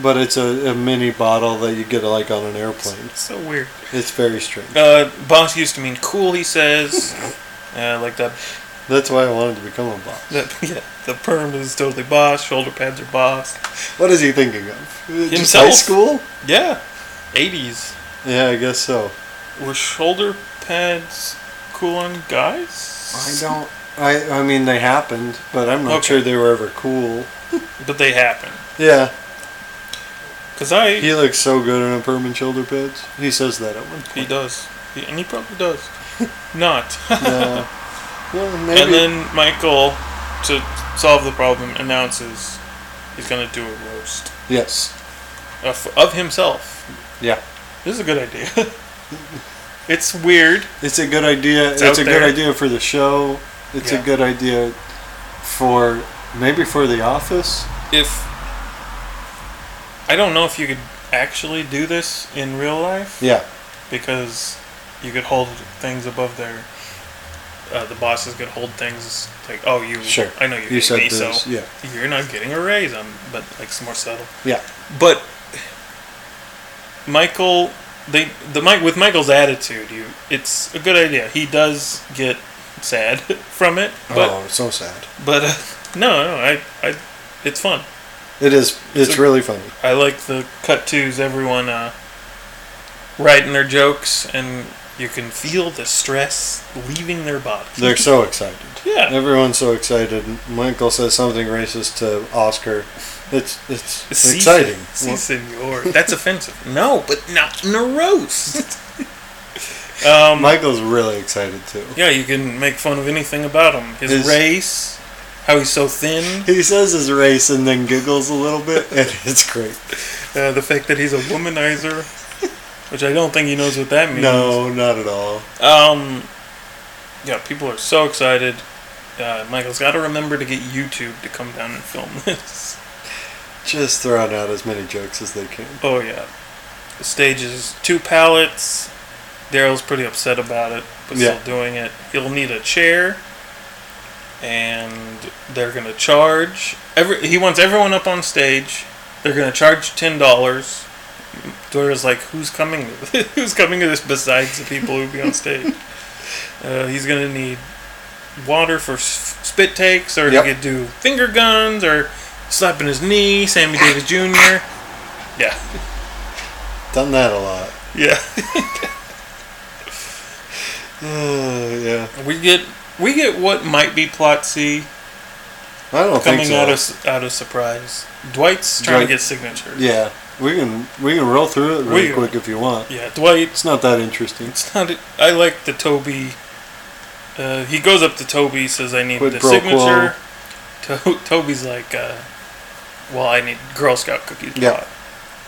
[SPEAKER 2] but it's a, a mini bottle that you get like on an airplane.
[SPEAKER 4] it's so weird.
[SPEAKER 2] It's very strange.
[SPEAKER 4] Uh boss used to mean cool, he says. Uh, like that,
[SPEAKER 2] That's why I wanted to become a boss.
[SPEAKER 4] that, yeah, the perm is totally boss. Shoulder pads are boss.
[SPEAKER 2] What is he thinking of? Just
[SPEAKER 4] Himself?
[SPEAKER 2] high school?
[SPEAKER 4] Yeah, eighties.
[SPEAKER 2] Yeah, I guess so.
[SPEAKER 4] Were shoulder pads cool on
[SPEAKER 2] I
[SPEAKER 4] guys?
[SPEAKER 2] don't. I I mean they happened, but I'm not
[SPEAKER 4] Okay.
[SPEAKER 2] sure they were ever cool.
[SPEAKER 4] But they happen.
[SPEAKER 2] Yeah,
[SPEAKER 4] Cause I
[SPEAKER 2] he looks so good in a perm and shoulder pads. He says that at one
[SPEAKER 4] He
[SPEAKER 2] point.
[SPEAKER 4] does. He, and he probably does. Not.
[SPEAKER 2] Yeah. Well, maybe.
[SPEAKER 4] and then Michael, to solve the problem, announces he's going to do a roast
[SPEAKER 2] yes.
[SPEAKER 4] of, of himself.
[SPEAKER 2] Yeah.
[SPEAKER 4] This is a good idea. it's weird.
[SPEAKER 2] It's a good idea. It's,
[SPEAKER 4] It's out
[SPEAKER 2] a
[SPEAKER 4] there.
[SPEAKER 2] good idea for the show. It's
[SPEAKER 4] Yeah.
[SPEAKER 2] a good idea for maybe for the office.
[SPEAKER 4] If. I don't know if you could actually do this in real life
[SPEAKER 2] Yeah.
[SPEAKER 4] because you could hold things above their. Uh, the bosses could hold things like, "Oh, you,
[SPEAKER 2] Sure.
[SPEAKER 4] I know you,
[SPEAKER 2] You
[SPEAKER 4] hate
[SPEAKER 2] said
[SPEAKER 4] me,
[SPEAKER 2] this.
[SPEAKER 4] so
[SPEAKER 2] Yeah.
[SPEAKER 4] you're not getting a raise." On, but like some more subtle.
[SPEAKER 2] Yeah.
[SPEAKER 4] But Michael, they the Mike with Michael's attitude, you it's a good idea. He does get sad from it, but
[SPEAKER 2] oh, so sad.
[SPEAKER 4] but uh, no, no, I I it's fun.
[SPEAKER 2] It is. It's
[SPEAKER 4] So-
[SPEAKER 2] really funny.
[SPEAKER 4] I like the cut twos. Everyone uh, writing their jokes, and you can feel the stress leaving their body.
[SPEAKER 2] They're so excited.
[SPEAKER 4] yeah,
[SPEAKER 2] Everyone's so excited. Michael says something racist to Oscar. It's it's
[SPEAKER 4] Si-
[SPEAKER 2] exciting.
[SPEAKER 4] Si, senor. That's offensive. No, but not in a roast. um,
[SPEAKER 2] Michael's really excited too.
[SPEAKER 4] yeah, you can make fun of anything about him. His,
[SPEAKER 2] His-
[SPEAKER 4] race, how he's so thin,
[SPEAKER 2] He says his race and then giggles a little bit, and it's great.
[SPEAKER 4] uh, the fact that he's a womanizer, which I don't think he knows what that means.
[SPEAKER 2] No, not at all.
[SPEAKER 4] Um, yeah, people are so excited. Uh, Michael's got to remember to get YouTube to come down and film this.
[SPEAKER 2] Just throwing out as many jokes as they can.
[SPEAKER 4] Oh yeah, the stage is two pallets. Daryl's pretty upset about it, but
[SPEAKER 2] Yeah.
[SPEAKER 4] still doing it. He'll need a chair, and they're gonna charge every. He wants everyone up on stage. They're gonna charge ten dollars. Dora's like, who's coming? To who's coming to this besides the people who be on stage? Uh, he's gonna need water for s- spit takes, or
[SPEAKER 2] Yep.
[SPEAKER 4] he could do finger guns, or slapping his knee. Sammy Davis Jr. Yeah.
[SPEAKER 2] Done that a lot.
[SPEAKER 4] Yeah,
[SPEAKER 2] Uh, yeah,
[SPEAKER 4] we get we get what might be plot C
[SPEAKER 2] I don't
[SPEAKER 4] coming
[SPEAKER 2] think so.
[SPEAKER 4] out of out of surprise. Dwight's trying
[SPEAKER 2] Dwight-
[SPEAKER 4] to get signatures.
[SPEAKER 2] yeah, we can we can roll through it
[SPEAKER 4] We
[SPEAKER 2] really
[SPEAKER 4] can-
[SPEAKER 2] quick if you want.
[SPEAKER 4] yeah. Dwight,
[SPEAKER 2] It's not that interesting.
[SPEAKER 4] it's not. I like the Toby. Uh, he goes up to Toby, says, "I need
[SPEAKER 2] Quid
[SPEAKER 4] the
[SPEAKER 2] pro
[SPEAKER 4] signature." To- Toby's like, uh, "Well, I need Girl Scout cookies."
[SPEAKER 2] Yeah.
[SPEAKER 4] bought."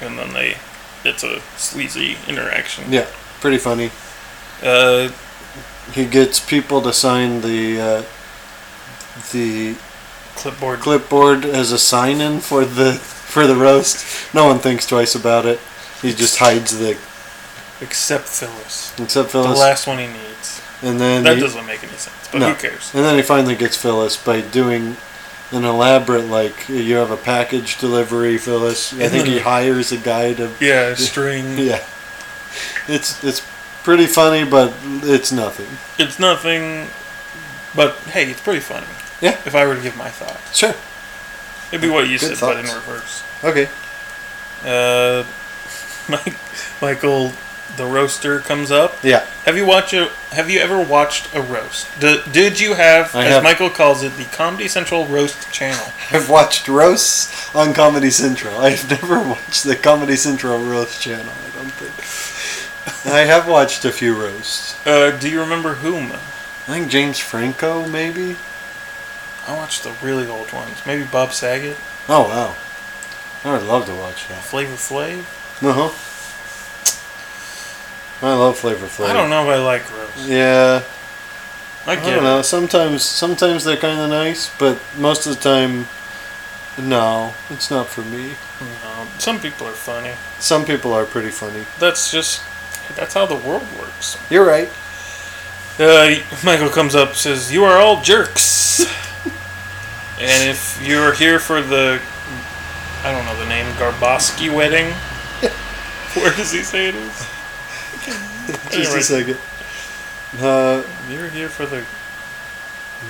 [SPEAKER 4] and then they, it's a sleazy interaction.
[SPEAKER 2] Yeah, pretty funny.
[SPEAKER 4] Uh,
[SPEAKER 2] He gets people to sign the uh, the
[SPEAKER 4] clipboard.
[SPEAKER 2] clipboard as a sign in for the for the roast. No one thinks twice about it. He just hides the
[SPEAKER 4] except Phyllis,
[SPEAKER 2] except
[SPEAKER 4] the
[SPEAKER 2] Phyllis,
[SPEAKER 4] last one he needs.
[SPEAKER 2] and then
[SPEAKER 4] that
[SPEAKER 2] he,
[SPEAKER 4] doesn't make any sense, but
[SPEAKER 2] No.
[SPEAKER 4] who cares?
[SPEAKER 2] and then he finally gets Phyllis by doing an elaborate like you have a package delivery, Phyllis. I
[SPEAKER 4] And
[SPEAKER 2] think
[SPEAKER 4] then-
[SPEAKER 2] he hires a guy to
[SPEAKER 4] Yeah, string.
[SPEAKER 2] yeah. It's it's pretty funny, but it's nothing.
[SPEAKER 4] It's nothing, but hey, it's pretty funny.
[SPEAKER 2] Yeah.
[SPEAKER 4] If I were to give my thoughts,
[SPEAKER 2] Sure.
[SPEAKER 4] it'd be what you
[SPEAKER 2] Good
[SPEAKER 4] said, but in
[SPEAKER 2] thoughts.
[SPEAKER 4] reverse.
[SPEAKER 2] Okay.
[SPEAKER 4] Uh, Mike, Michael, the roaster comes up.
[SPEAKER 2] Yeah.
[SPEAKER 4] Have you watched a? Have you ever watched a roast? D- did you have,
[SPEAKER 2] I
[SPEAKER 4] as
[SPEAKER 2] have.
[SPEAKER 4] Michael calls it, the Comedy Central roast channel?
[SPEAKER 2] I've watched roasts on Comedy Central. I've never watched the Comedy Central roast channel. I don't think. I have watched a few roasts.
[SPEAKER 4] Uh, do you remember whom?
[SPEAKER 2] I think James Franco, maybe.
[SPEAKER 4] I watched the really old ones. Maybe Bob Saget,
[SPEAKER 2] Oh wow, I would love to watch that.
[SPEAKER 4] Flavor Flav.
[SPEAKER 2] Uh
[SPEAKER 4] Uh-huh.
[SPEAKER 2] huh. I love Flavor Flav.
[SPEAKER 4] I don't know if I like roast.
[SPEAKER 2] Yeah,
[SPEAKER 4] I
[SPEAKER 2] I,
[SPEAKER 4] get
[SPEAKER 2] don't
[SPEAKER 4] it.
[SPEAKER 2] know. Sometimes, sometimes they're kind of nice, but most of the time, no, it's not for me.
[SPEAKER 4] Um, some people are funny.
[SPEAKER 2] Some people are pretty funny.
[SPEAKER 4] That's just that's how the world works.
[SPEAKER 2] You're right.
[SPEAKER 4] Uh, Michael comes up says, "You are all jerks." and if you're here for the, I don't know the name, Garboski wedding, where does he say it is?
[SPEAKER 2] Just
[SPEAKER 4] Anyway.
[SPEAKER 2] a second. Uh,
[SPEAKER 4] You're here for the.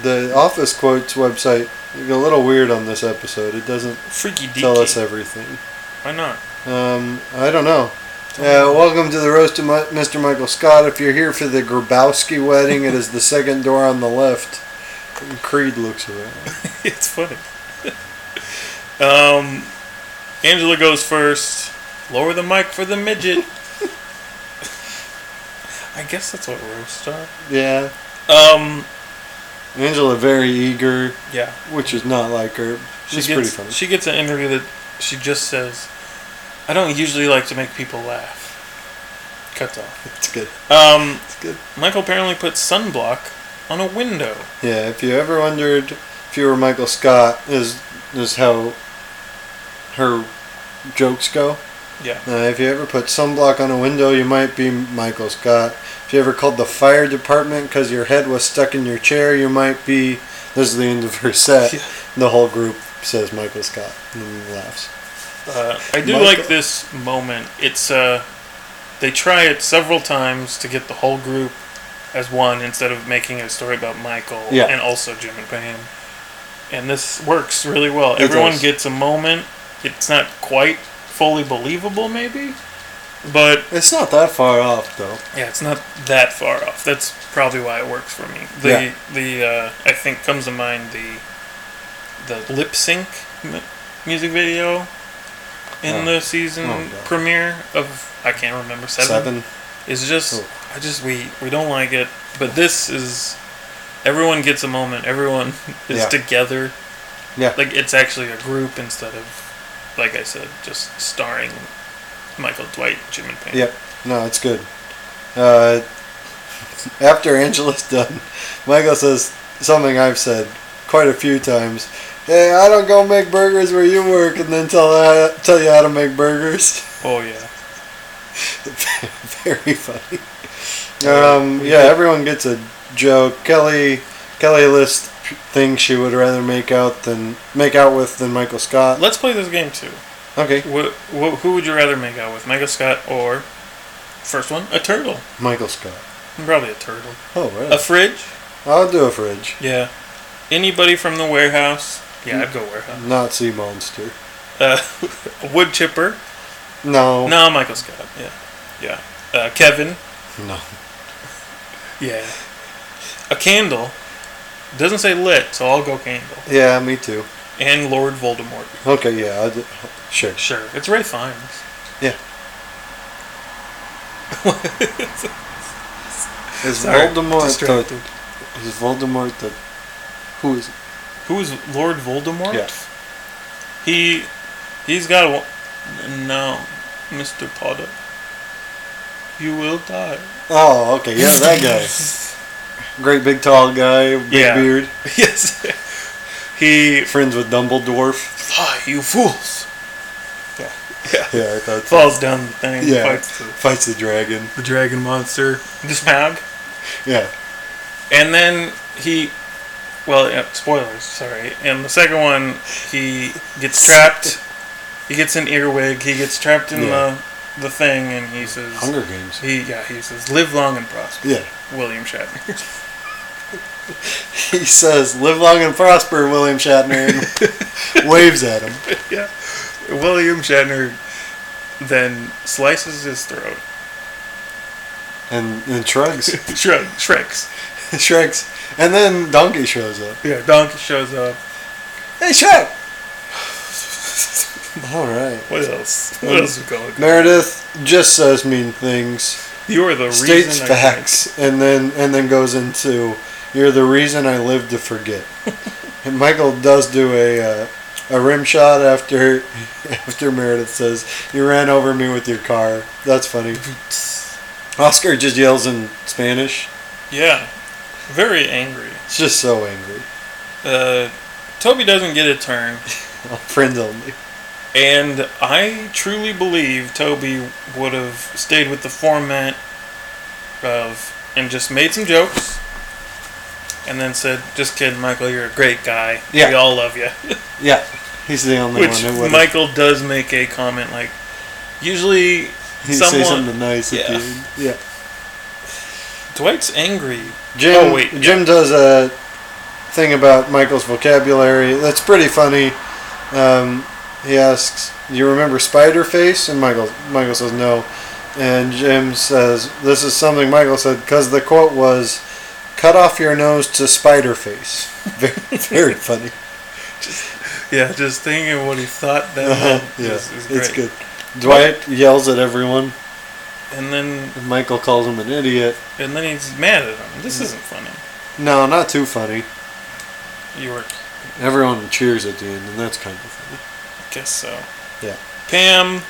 [SPEAKER 2] the Office Quotes website is a little weird on this episode. It doesn't
[SPEAKER 4] Freaky deaky.
[SPEAKER 2] tell us everything.
[SPEAKER 4] Why not?
[SPEAKER 2] Um, I don't know. Uh, welcome to the roast of Mi- Mr. Michael Scott. If you're here for the Grabowski wedding, it is the second door on the left. And Creed looks around.
[SPEAKER 4] it's funny. um, Angela goes first. Lower the mic for the midget. I guess that's what roasts are.
[SPEAKER 2] Yeah.
[SPEAKER 4] Um,
[SPEAKER 2] Angela very eager,
[SPEAKER 4] yeah.
[SPEAKER 2] which is not like her.
[SPEAKER 4] She
[SPEAKER 2] She's
[SPEAKER 4] gets,
[SPEAKER 2] pretty funny.
[SPEAKER 4] She gets an interview that she just says, "I don't usually like to make people laugh." Cuts off.
[SPEAKER 2] it's good.
[SPEAKER 4] Um,
[SPEAKER 2] It's good.
[SPEAKER 4] Michael apparently put sunblock on a window.
[SPEAKER 2] Yeah. If you ever wondered if you were Michael Scott, is is how her jokes go.
[SPEAKER 4] Yeah.
[SPEAKER 2] Uh, if you ever put sunblock on a window, you might be Michael Scott. If you ever called the fire department because your head was stuck in your chair, you might be. This is the end of her set.
[SPEAKER 4] Yeah.
[SPEAKER 2] The whole group says Michael Scott and then laughs.
[SPEAKER 4] Uh, I do
[SPEAKER 2] Michael-
[SPEAKER 4] like this moment. It's uh, they try it several times to get the whole group as one instead of making a story about Michael
[SPEAKER 2] Yeah.
[SPEAKER 4] and also Jim and Pam. And this works really well.
[SPEAKER 2] It
[SPEAKER 4] Everyone
[SPEAKER 2] does.
[SPEAKER 4] gets a moment. it's not quite fully believable, maybe, but
[SPEAKER 2] It's not that far off, though.
[SPEAKER 4] yeah, it's not that far off. That's probably why it works for me. The
[SPEAKER 2] Yeah.
[SPEAKER 4] the uh, I think comes to mind the the lip sync mu- music video in
[SPEAKER 2] Oh.
[SPEAKER 4] the season
[SPEAKER 2] Oh, God.
[SPEAKER 4] premiere of I can't remember seven.
[SPEAKER 2] Seven.
[SPEAKER 4] It's just
[SPEAKER 2] Oh.
[SPEAKER 4] I just we we don't like it, but this is everyone gets a moment. Everyone is
[SPEAKER 2] Yeah.
[SPEAKER 4] together.
[SPEAKER 2] Yeah.
[SPEAKER 4] Like it's actually a group instead of like I said, just starring Michael Dwight, Jim and Pam.
[SPEAKER 2] Yep. No, it's good. Uh, after Angela's done, Michael says something I've said quite a few times. Hey, I don't go make burgers where you work, and then tell I, tell you how to make burgers.
[SPEAKER 4] Oh yeah.
[SPEAKER 2] Very funny. Um, yeah, everyone gets a joke. Kelly Kelly lists things she would rather make out than make out with than Michael Scott.
[SPEAKER 4] Let's play this game too.
[SPEAKER 2] Okay,
[SPEAKER 4] What, wh who would you rather make out with, Michael Scott or first one, a turtle?
[SPEAKER 2] Michael Scott.
[SPEAKER 4] Probably a turtle.
[SPEAKER 2] Oh,
[SPEAKER 4] A
[SPEAKER 2] right.
[SPEAKER 4] fridge?
[SPEAKER 2] I'll do a fridge.
[SPEAKER 4] Yeah. Anybody from the warehouse? Yeah, I'd go warehouse.
[SPEAKER 2] Not sea monster.
[SPEAKER 4] Uh, a wood chipper?
[SPEAKER 2] No.
[SPEAKER 4] No, Michael Scott. Yeah, yeah. Uh, Kevin?
[SPEAKER 2] No.
[SPEAKER 4] Yeah. A candle? Doesn't say lit, so I'll go candle.
[SPEAKER 2] Yeah, me too.
[SPEAKER 4] And Lord Voldemort.
[SPEAKER 2] Okay, yeah, I'll do, sure.
[SPEAKER 4] Sure, it's Ray Fiennes.
[SPEAKER 2] Yeah. Is
[SPEAKER 4] Sorry,
[SPEAKER 2] Voldemort
[SPEAKER 4] distracted.
[SPEAKER 2] the is Voldemort the who is
[SPEAKER 4] Who is Lord Voldemort?
[SPEAKER 2] Yeah.
[SPEAKER 4] He he's got a wa- no, Mr. Potter. You will die.
[SPEAKER 2] Oh, okay, yeah, that guy. Great big tall guy, big
[SPEAKER 4] Yeah.
[SPEAKER 2] beard,
[SPEAKER 4] yes. He
[SPEAKER 2] friends with Dumbledore.
[SPEAKER 4] fly, you fools. Yeah. Yeah.
[SPEAKER 2] Yeah, I thought
[SPEAKER 4] Falls down the thing,
[SPEAKER 2] Yeah.
[SPEAKER 4] fights the,
[SPEAKER 2] Fights the dragon.
[SPEAKER 4] the dragon monster, the snag,
[SPEAKER 2] Yeah.
[SPEAKER 4] and then he. Well, yeah, spoilers. Sorry. And the second one, he gets trapped. He gets an earwig. He gets trapped in
[SPEAKER 2] Yeah.
[SPEAKER 4] the the thing, and he says,
[SPEAKER 2] Hunger Games.
[SPEAKER 4] He yeah, he says live long and prosper.
[SPEAKER 2] Yeah.
[SPEAKER 4] William Shatner.
[SPEAKER 2] He says, Live long and prosper, William Shatner and waves at him.
[SPEAKER 4] yeah. William Shatner then slices his throat.
[SPEAKER 2] And and shrugs.
[SPEAKER 4] Shrug Shreks.
[SPEAKER 2] shrugs. And then Donkey shows up.
[SPEAKER 4] Yeah, Donkey shows up.
[SPEAKER 2] Hey Shrek! Alright.
[SPEAKER 4] What else? What else is going on?
[SPEAKER 2] Meredith just says mean things,
[SPEAKER 4] You're the
[SPEAKER 2] states
[SPEAKER 4] reason I
[SPEAKER 2] facts, and then and then goes into "You're the reason I live to forget." and Michael does do a uh, a rim shot after after Meredith says, "You ran over me with your car." That's funny. Oscar just yells in Spanish.
[SPEAKER 4] drink. Yeah. Very angry.
[SPEAKER 2] It's just so angry.
[SPEAKER 4] Uh Toby doesn't get a turn,
[SPEAKER 2] Friends only.
[SPEAKER 4] and I truly believe Toby would have stayed with the format of and just made some jokes, and then said, "Just kidding, Michael. You're a great guy.
[SPEAKER 2] Yeah.
[SPEAKER 4] We all love you."
[SPEAKER 2] Yeah, he's the only
[SPEAKER 4] Which
[SPEAKER 2] one. that would've-
[SPEAKER 4] Michael does make a comment like, usually
[SPEAKER 2] he'd say
[SPEAKER 4] someone-
[SPEAKER 2] something nice at the
[SPEAKER 4] Yeah.
[SPEAKER 2] end. Yeah.
[SPEAKER 4] Dwight's angry.
[SPEAKER 2] Jim,
[SPEAKER 4] Oh, wait,
[SPEAKER 2] Jim does a thing about Michael's vocabulary that's pretty funny. Um, he asks, "Do you remember Spider Face?" And Michael Michael says no, and Jim says, "This is something Michael said because the quote was." Cut off your nose to Spider Face. Very, very funny.
[SPEAKER 4] Yeah, just thinking what he thought that
[SPEAKER 2] Uh-huh,
[SPEAKER 4] meant
[SPEAKER 2] yeah,
[SPEAKER 4] is, is
[SPEAKER 2] it's
[SPEAKER 4] great.
[SPEAKER 2] good. Dwight yells at everyone.
[SPEAKER 4] And then
[SPEAKER 2] And Michael calls him an idiot.
[SPEAKER 4] and then he's mad at him. This isn't funny.
[SPEAKER 2] No, not too funny.
[SPEAKER 4] You were,
[SPEAKER 2] Everyone cheers at the end, and that's kind of funny.
[SPEAKER 4] I guess so.
[SPEAKER 2] Yeah.
[SPEAKER 4] Pam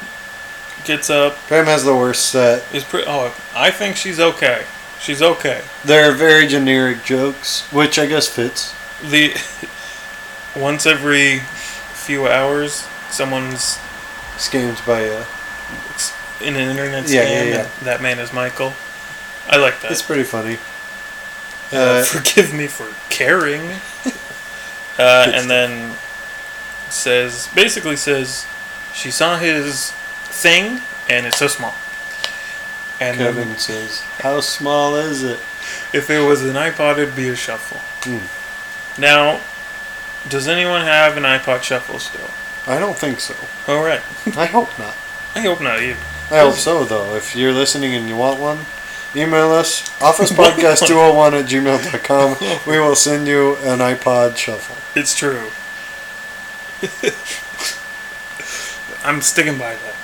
[SPEAKER 4] gets up.
[SPEAKER 2] Pam has the worst set.
[SPEAKER 4] Is pretty. Oh, I think she's okay. She's okay.
[SPEAKER 2] They're very generic jokes, which I guess fits.
[SPEAKER 4] the once every few hours someone's
[SPEAKER 2] Scammed by uh,
[SPEAKER 4] in an internet scam
[SPEAKER 2] Yeah, yeah, yeah.
[SPEAKER 4] and that man is michael i like that
[SPEAKER 2] it's pretty funny. Uh,
[SPEAKER 4] forgive me for caring uh, and then says basically says she saw his thing and it's so small and
[SPEAKER 2] Kevin says, "How small is it?"
[SPEAKER 4] if it was an ipod it'd be a shuffle
[SPEAKER 2] Mm.
[SPEAKER 4] now does anyone have an ipod shuffle still
[SPEAKER 2] I don't think so.
[SPEAKER 4] All right.
[SPEAKER 2] I hope not.
[SPEAKER 4] I hope not either.
[SPEAKER 2] I hope so, though. If you're listening and you want one, email us officepodcast201 at gmail.com. We will send you an iPod shuffle.
[SPEAKER 4] It's true. I'm sticking by that.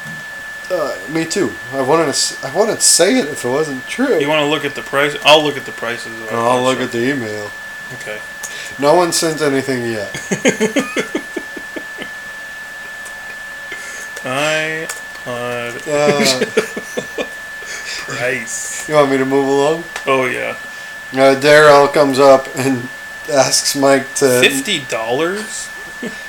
[SPEAKER 2] Uh, me too. I wanted to. s- I wanted to say it if it wasn't true.
[SPEAKER 4] You want to look at the price? I'll look at the prices. of
[SPEAKER 2] Oh, I'll
[SPEAKER 4] our
[SPEAKER 2] look at
[SPEAKER 4] shop.
[SPEAKER 2] the email.
[SPEAKER 4] Okay.
[SPEAKER 2] No one sent anything yet.
[SPEAKER 4] iPod
[SPEAKER 2] Uh,
[SPEAKER 4] price.
[SPEAKER 2] you want me to move along?
[SPEAKER 4] Oh yeah,
[SPEAKER 2] Uh, Daryl comes up and asks Mike to.
[SPEAKER 4] fifty dollars.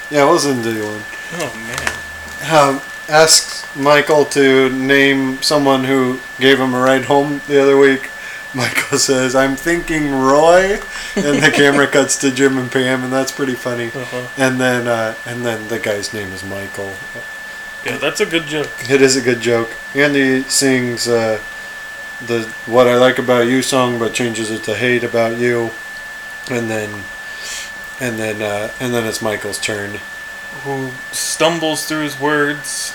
[SPEAKER 2] Yeah, we'll send you one.
[SPEAKER 4] Oh man.
[SPEAKER 2] um, asks Michael to name someone who gave him a ride home the other week. Michael says, "I'm thinking Roy," and the camera cuts to Jim and Pam, and that's pretty funny.
[SPEAKER 4] Uh-huh.
[SPEAKER 2] And then, uh, and then the guy's name is Michael.
[SPEAKER 4] Yeah, that's a good joke.
[SPEAKER 2] It is a good joke. Andy sings uh, the "What I Like About You" song, but changes it to "Hate About You," and then, and then, uh, and then it's Michael's turn.
[SPEAKER 4] Who stumbles through his words?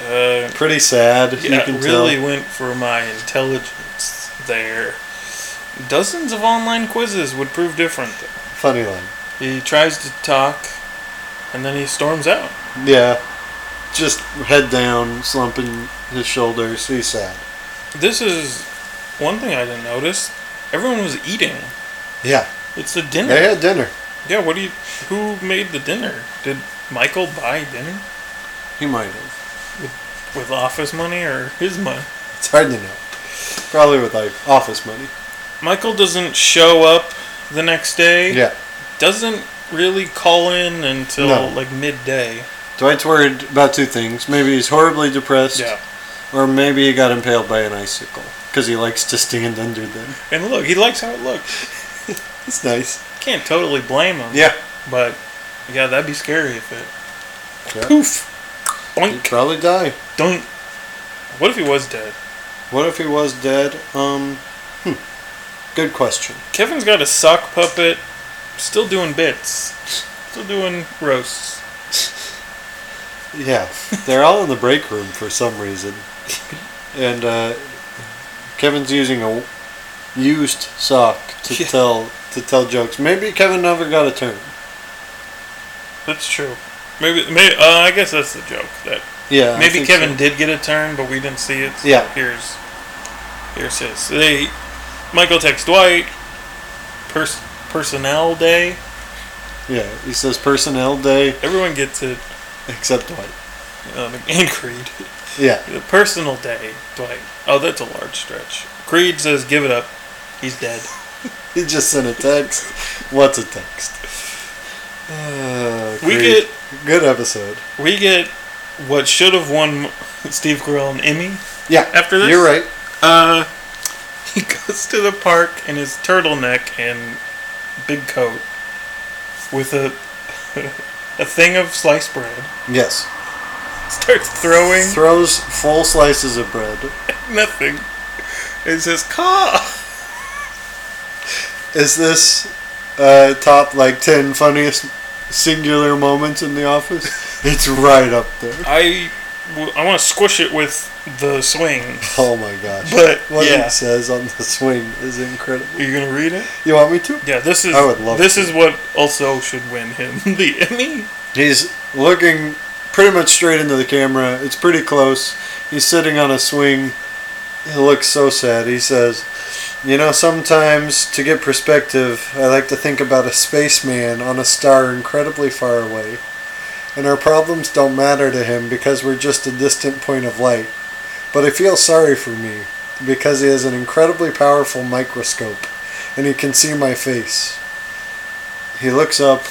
[SPEAKER 4] Uh,
[SPEAKER 2] Pretty sad.
[SPEAKER 4] yeah,
[SPEAKER 2] you can
[SPEAKER 4] really
[SPEAKER 2] tell.
[SPEAKER 4] went for my intelligence there. Dozens of online quizzes would prove different. Though.
[SPEAKER 2] Funny line.
[SPEAKER 4] He tries to talk, and then he storms out.
[SPEAKER 2] Yeah. Just head down, slumping his shoulders. He's sad.
[SPEAKER 4] This is one thing I didn't notice. Everyone was eating.
[SPEAKER 2] Yeah.
[SPEAKER 4] It's a dinner.
[SPEAKER 2] They had dinner.
[SPEAKER 4] Yeah, what do you? Who made the dinner? Did Michael buy dinner
[SPEAKER 2] He might have.
[SPEAKER 4] with office money or his money?
[SPEAKER 2] It's hard to know. Probably with like office money.
[SPEAKER 4] Michael doesn't show up the next day.
[SPEAKER 2] Yeah.
[SPEAKER 4] Doesn't really call in until
[SPEAKER 2] No.
[SPEAKER 4] like midday.
[SPEAKER 2] Dwight's worried about two things. Maybe he's horribly depressed,
[SPEAKER 4] Yeah.
[SPEAKER 2] or maybe he got impaled by an icicle because he likes to stand under them.
[SPEAKER 4] And look, he likes how it looks.
[SPEAKER 2] It's nice.
[SPEAKER 4] Can't totally blame him.
[SPEAKER 2] Yeah.
[SPEAKER 4] But yeah, that'd be scary if it
[SPEAKER 2] Yeah.
[SPEAKER 4] poof,
[SPEAKER 2] He'd
[SPEAKER 4] boink,
[SPEAKER 2] probably die.
[SPEAKER 4] don't. What if he was dead?
[SPEAKER 2] What if he was dead? Um, hmm. Good question.
[SPEAKER 4] Kevin's got a sock puppet, still doing bits, still doing roasts.
[SPEAKER 2] Yeah, they're all in the break room for some reason, and uh, Kevin's using a used sock to
[SPEAKER 4] Yeah.
[SPEAKER 2] tell to tell jokes. Maybe Kevin never got a turn.
[SPEAKER 4] That's true. Maybe, maybe uh, I guess that's the joke. That
[SPEAKER 2] Yeah, I
[SPEAKER 4] maybe
[SPEAKER 2] think
[SPEAKER 4] Kevin
[SPEAKER 2] so.
[SPEAKER 4] did get a turn, but we didn't see it. so
[SPEAKER 2] Yeah.
[SPEAKER 4] Here's here's his. So they Michael texts Dwight. Pers- personnel day.
[SPEAKER 2] Yeah, he says personnel day
[SPEAKER 4] Everyone gets it.
[SPEAKER 2] except Dwight.
[SPEAKER 4] Um, and Creed.
[SPEAKER 2] Yeah,
[SPEAKER 4] The personal day. Dwight. Oh, that's a large stretch. Creed says, "Give it up. He's dead."
[SPEAKER 2] he just sent a text. What's a text? Uh,
[SPEAKER 4] We
[SPEAKER 2] great.
[SPEAKER 4] get
[SPEAKER 2] good episode.
[SPEAKER 4] we get what should have won Steve Carell an Emmy.
[SPEAKER 2] Yeah,
[SPEAKER 4] After this?
[SPEAKER 2] you're right.
[SPEAKER 4] Uh, he goes to the park in his turtleneck and big coat with a a thing of sliced bread.
[SPEAKER 2] Yes,
[SPEAKER 4] Starts throwing
[SPEAKER 2] throws full slices of bread.
[SPEAKER 4] nothing. It says "Caw."
[SPEAKER 2] Is this uh, top like ten funniest singular moments in The Office? It's right up there.
[SPEAKER 4] I w- I want to squish it with the swing,
[SPEAKER 2] Oh my gosh!
[SPEAKER 4] but
[SPEAKER 2] What
[SPEAKER 4] yeah,
[SPEAKER 2] it says on the swing is incredible.
[SPEAKER 4] you're gonna read it.
[SPEAKER 2] You want me to?
[SPEAKER 4] Yeah, this is
[SPEAKER 2] I would love
[SPEAKER 4] this
[SPEAKER 2] to.
[SPEAKER 4] is what also should win him the Emmy.
[SPEAKER 2] He's looking pretty much straight into the camera. It's pretty close. He's sitting on a swing. He looks so sad. He says, "You know, sometimes to get perspective, I like to think about a spaceman on a star incredibly far away." and our problems don't matter to him because we're just a distant point of light. But I feel sorry for me because he has an incredibly powerful microscope and he can see my face. He looks up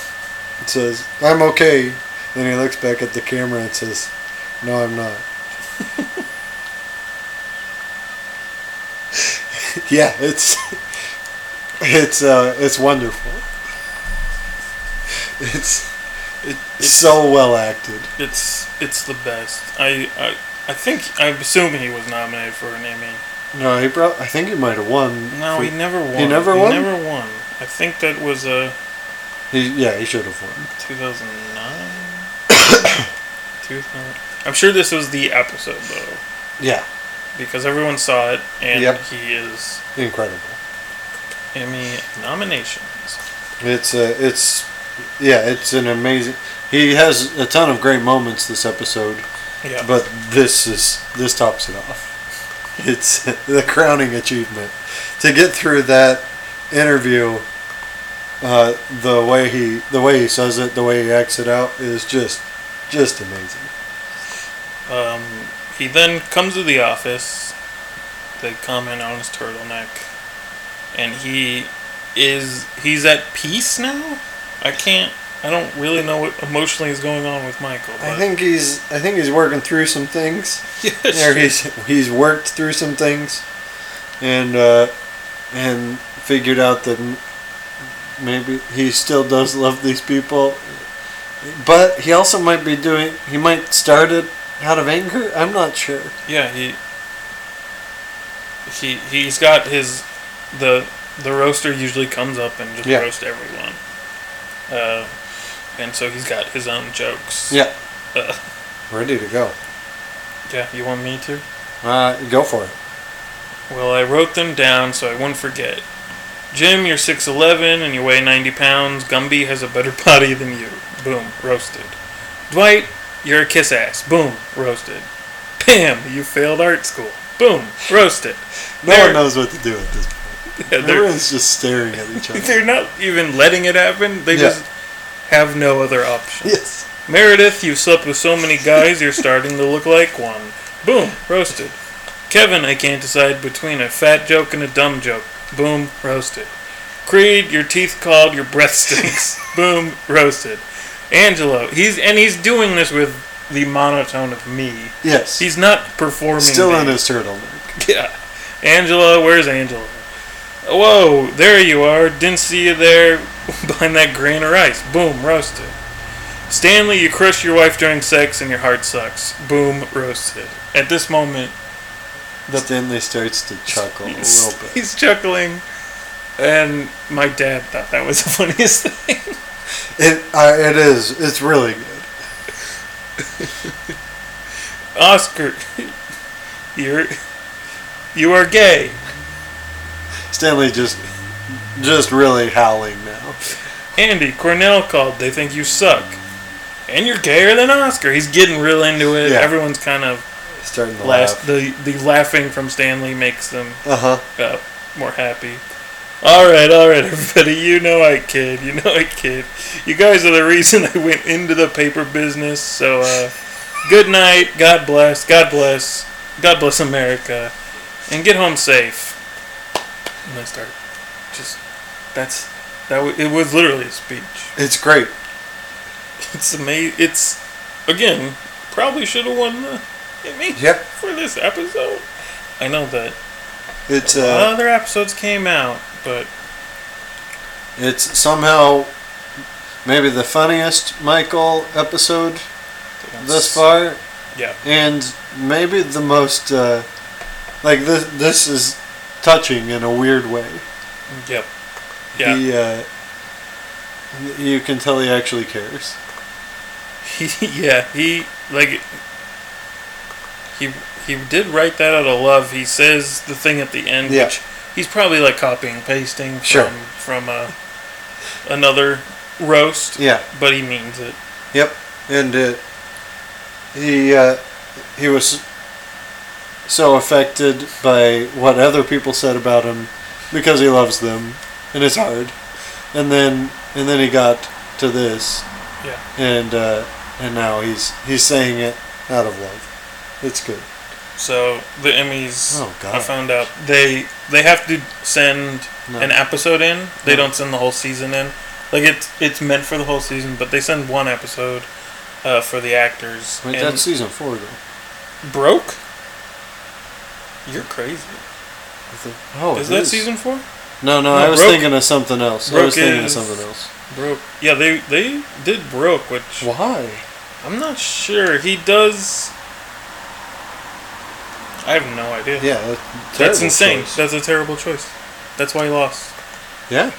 [SPEAKER 2] and says, I'm okay. Then he looks back at the camera and says, No, I'm not. yeah, it's it's uh, it's wonderful. It's, it's so well acted.
[SPEAKER 4] It's it's the best. I I, I think I'm assuming he was nominated for an Emmy.
[SPEAKER 2] No, he brought. I think he might have won.
[SPEAKER 4] No,
[SPEAKER 2] for-
[SPEAKER 4] he never won.
[SPEAKER 2] never won?
[SPEAKER 4] Never won. I think that was uh, a
[SPEAKER 2] he- yeah, he should have won.
[SPEAKER 4] 2009. Tooth Knot. I'm sure this was the episode though,
[SPEAKER 2] Yeah,
[SPEAKER 4] because everyone saw it, and
[SPEAKER 2] Yep.
[SPEAKER 4] he is
[SPEAKER 2] incredible.
[SPEAKER 4] Emmy nominations.
[SPEAKER 2] It's uh, it's yeah, it's an amazing. He has a ton of great moments this episode,
[SPEAKER 4] Yeah,
[SPEAKER 2] but this is this tops it off. It's the crowning achievement to get through that interview. Uh, the way he the way he says it, the way he acts it out is just just amazing.
[SPEAKER 4] Um, he then comes to the office. They comment on his turtleneck, and he is he's at peace now. I can't. I don't really know what emotionally is going on with Michael.
[SPEAKER 2] I
[SPEAKER 4] but-
[SPEAKER 2] think he's I think he's working through some things.
[SPEAKER 4] Yes.
[SPEAKER 2] There he's he's worked through some things, and uh, and figured out that m- maybe he still does love these people, but he also might be doing he might start it out of anger. I'm not sure.
[SPEAKER 4] Yeah, he he he's got his the the roaster usually comes up and just
[SPEAKER 2] Yeah.
[SPEAKER 4] roast everyone. Uh, and so he's got his own jokes.
[SPEAKER 2] Yeah,
[SPEAKER 4] Uh,
[SPEAKER 2] ready to go.
[SPEAKER 4] yeah. You want me to?
[SPEAKER 2] Uh, go for it.
[SPEAKER 4] Well, I wrote them down so I wouldn't forget. Jim, you're 6'11 and you weigh 90 pounds. Gumby has a better body than you. Boom, roasted. Dwight, you're a kiss ass. Boom, roasted. Pam, you failed art school. Boom, roasted.
[SPEAKER 2] No
[SPEAKER 4] They're-
[SPEAKER 2] one knows what to do at this point.
[SPEAKER 4] Yeah, they're,
[SPEAKER 2] Everyone's just staring at each other.
[SPEAKER 4] they're not even letting it happen. They
[SPEAKER 2] Yeah.
[SPEAKER 4] just have no other option.
[SPEAKER 2] yes.
[SPEAKER 4] Meredith, you've slept with so many guys, you're starting to look like one. Boom, roasted. Kevin, I can't decide between a fat joke and a dumb joke. Boom, roasted. Creed, your teeth called, your breath stinks. Boom, roasted. Angelo, he's and he's doing this with the monotone of me.
[SPEAKER 2] Yes. He's
[SPEAKER 4] He's not performing.
[SPEAKER 2] still
[SPEAKER 4] the-
[SPEAKER 2] in his turtleneck.
[SPEAKER 4] yeah. Angela, where's Angela? Whoa, there you are. Didn't see you there behind that grain of rice. Boom, roasted. Stanley, you crush your wife during sex and your heart sucks. Boom, roasted. At this moment,
[SPEAKER 2] Stanley starts to chuckle a
[SPEAKER 4] he's,
[SPEAKER 2] little bit.
[SPEAKER 4] he's chuckling. And my dad thought that was the funniest thing.
[SPEAKER 2] It, uh, it is. It's really good.
[SPEAKER 4] Oscar, you're. You are gay.
[SPEAKER 2] Stanley just just really howling now.
[SPEAKER 4] Andy, Cornell called. They think you suck. And you're gayer than Oscar. He's getting real into it.
[SPEAKER 2] Yeah.
[SPEAKER 4] Everyone's kind of
[SPEAKER 2] Starting to
[SPEAKER 4] last.
[SPEAKER 2] laugh.
[SPEAKER 4] The, the laughing from Stanley makes them
[SPEAKER 2] Uh huh.
[SPEAKER 4] uh, more happy. All right, all right, everybody. You know I kid. You know I kid. You guys are the reason I went into the paper business. So, uh, good night. God bless. God bless. God bless America. And get home safe. And I start just. That's. That w- it was literally a speech.
[SPEAKER 2] It's great.
[SPEAKER 4] It's amazing. It's again probably should have won the Emmy
[SPEAKER 2] Yep.
[SPEAKER 4] for this episode. I know that
[SPEAKER 2] It's uh,
[SPEAKER 4] other episodes came out, but
[SPEAKER 2] it's somehow maybe the funniest Michael episode thus far,
[SPEAKER 4] yeah,
[SPEAKER 2] and maybe the most uh, like this. This is touching in a weird way.
[SPEAKER 4] yep, yeah.
[SPEAKER 2] He, uh, you can tell he actually cares.
[SPEAKER 4] He, yeah, he like he he did write that out of love. He says the thing at the end,
[SPEAKER 2] Yeah.
[SPEAKER 4] which he's probably like copying and pasting from
[SPEAKER 2] Sure.
[SPEAKER 4] from uh, another roast,
[SPEAKER 2] Yeah.
[SPEAKER 4] but he means it.
[SPEAKER 2] Yep, and uh, he uh, he was so affected by what other people said about him because he loves them, and it's hard. And then and then he got to this,
[SPEAKER 4] Yeah.
[SPEAKER 2] and uh, and now he's he's saying it out of love. It's good.
[SPEAKER 4] So the Emmys,
[SPEAKER 2] Oh, God.
[SPEAKER 4] I found out they they have to send
[SPEAKER 2] No.
[SPEAKER 4] an episode in. They
[SPEAKER 2] No.
[SPEAKER 4] don't send the whole season in. Like it's it's meant for the whole season, but they send one episode uh, for the actors.
[SPEAKER 2] Wait,
[SPEAKER 4] and
[SPEAKER 2] that's season four though.
[SPEAKER 4] broke. You're crazy.
[SPEAKER 2] I think- Oh,
[SPEAKER 4] is
[SPEAKER 2] it
[SPEAKER 4] that season four?
[SPEAKER 2] No, no,
[SPEAKER 4] No,
[SPEAKER 2] I was
[SPEAKER 4] Broke-
[SPEAKER 2] thinking of something else. I was
[SPEAKER 4] Broke
[SPEAKER 2] thinking of
[SPEAKER 4] is-
[SPEAKER 2] something else.
[SPEAKER 4] Broke. Yeah, they they did broke, which
[SPEAKER 2] Why?
[SPEAKER 4] I'm not sure. He does. I have no idea.
[SPEAKER 2] Yeah,
[SPEAKER 4] that's
[SPEAKER 2] that's, terrible
[SPEAKER 4] insane.
[SPEAKER 2] choice.
[SPEAKER 4] That's a terrible choice. That's why he lost.
[SPEAKER 2] Yeah.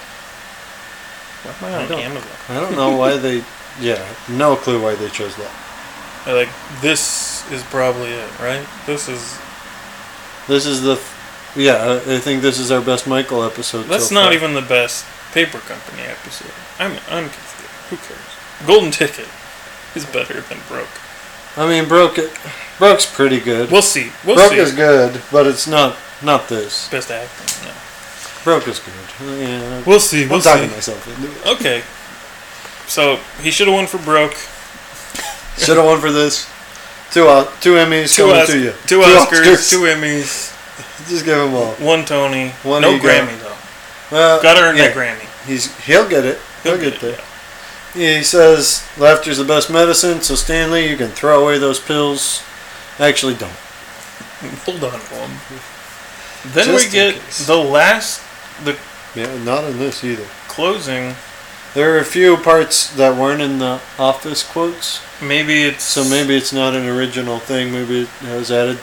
[SPEAKER 4] Why am I
[SPEAKER 2] I
[SPEAKER 4] on
[SPEAKER 2] don't-
[SPEAKER 4] Amazon?
[SPEAKER 2] I don't know why they. Yeah, no clue why they chose that.
[SPEAKER 4] Like this is probably it, right? This is.
[SPEAKER 2] This is the. Yeah, I I think this is our best Michael episode.
[SPEAKER 4] That's
[SPEAKER 2] so
[SPEAKER 4] not
[SPEAKER 2] far.
[SPEAKER 4] even the best paper company episode. I'm I'm confused. Who cares? Golden Ticket is better than Broke.
[SPEAKER 2] I mean, Broke. Broke's pretty good.
[SPEAKER 4] We'll see. We'll
[SPEAKER 2] Broke
[SPEAKER 4] see.
[SPEAKER 2] is good, but it's not not this.
[SPEAKER 4] Best acting. No.
[SPEAKER 2] Broke is good. Yeah.
[SPEAKER 4] We'll see. We'll
[SPEAKER 2] I'm talking
[SPEAKER 4] see.
[SPEAKER 2] to myself.
[SPEAKER 4] Okay. So he should have won for Broke.
[SPEAKER 2] Should have won for this. Two uh, two Emmys
[SPEAKER 4] Two,
[SPEAKER 2] coming
[SPEAKER 4] Os-
[SPEAKER 2] to you.
[SPEAKER 4] two Oscars, two Emmys,
[SPEAKER 2] Just give him all.
[SPEAKER 4] one Tony,
[SPEAKER 2] One
[SPEAKER 4] no
[SPEAKER 2] ego.
[SPEAKER 4] Grammy though.
[SPEAKER 2] Well,
[SPEAKER 4] Got to earn
[SPEAKER 2] yeah,
[SPEAKER 4] that Grammy.
[SPEAKER 2] He's he'll get it. He'll,
[SPEAKER 4] He'll
[SPEAKER 2] get,
[SPEAKER 4] get it,
[SPEAKER 2] there. He says laughter's the best medicine. So Stanley, you can throw away those pills. Actually, don't.
[SPEAKER 4] Hold on to him. Then
[SPEAKER 2] Just
[SPEAKER 4] we
[SPEAKER 2] in
[SPEAKER 4] get
[SPEAKER 2] case.
[SPEAKER 4] the last, the
[SPEAKER 2] Yeah, not in this either.
[SPEAKER 4] closing.
[SPEAKER 2] There are a few parts that weren't in the office quotes,
[SPEAKER 4] Maybe it's
[SPEAKER 2] so maybe it's not an original thing. Maybe it was added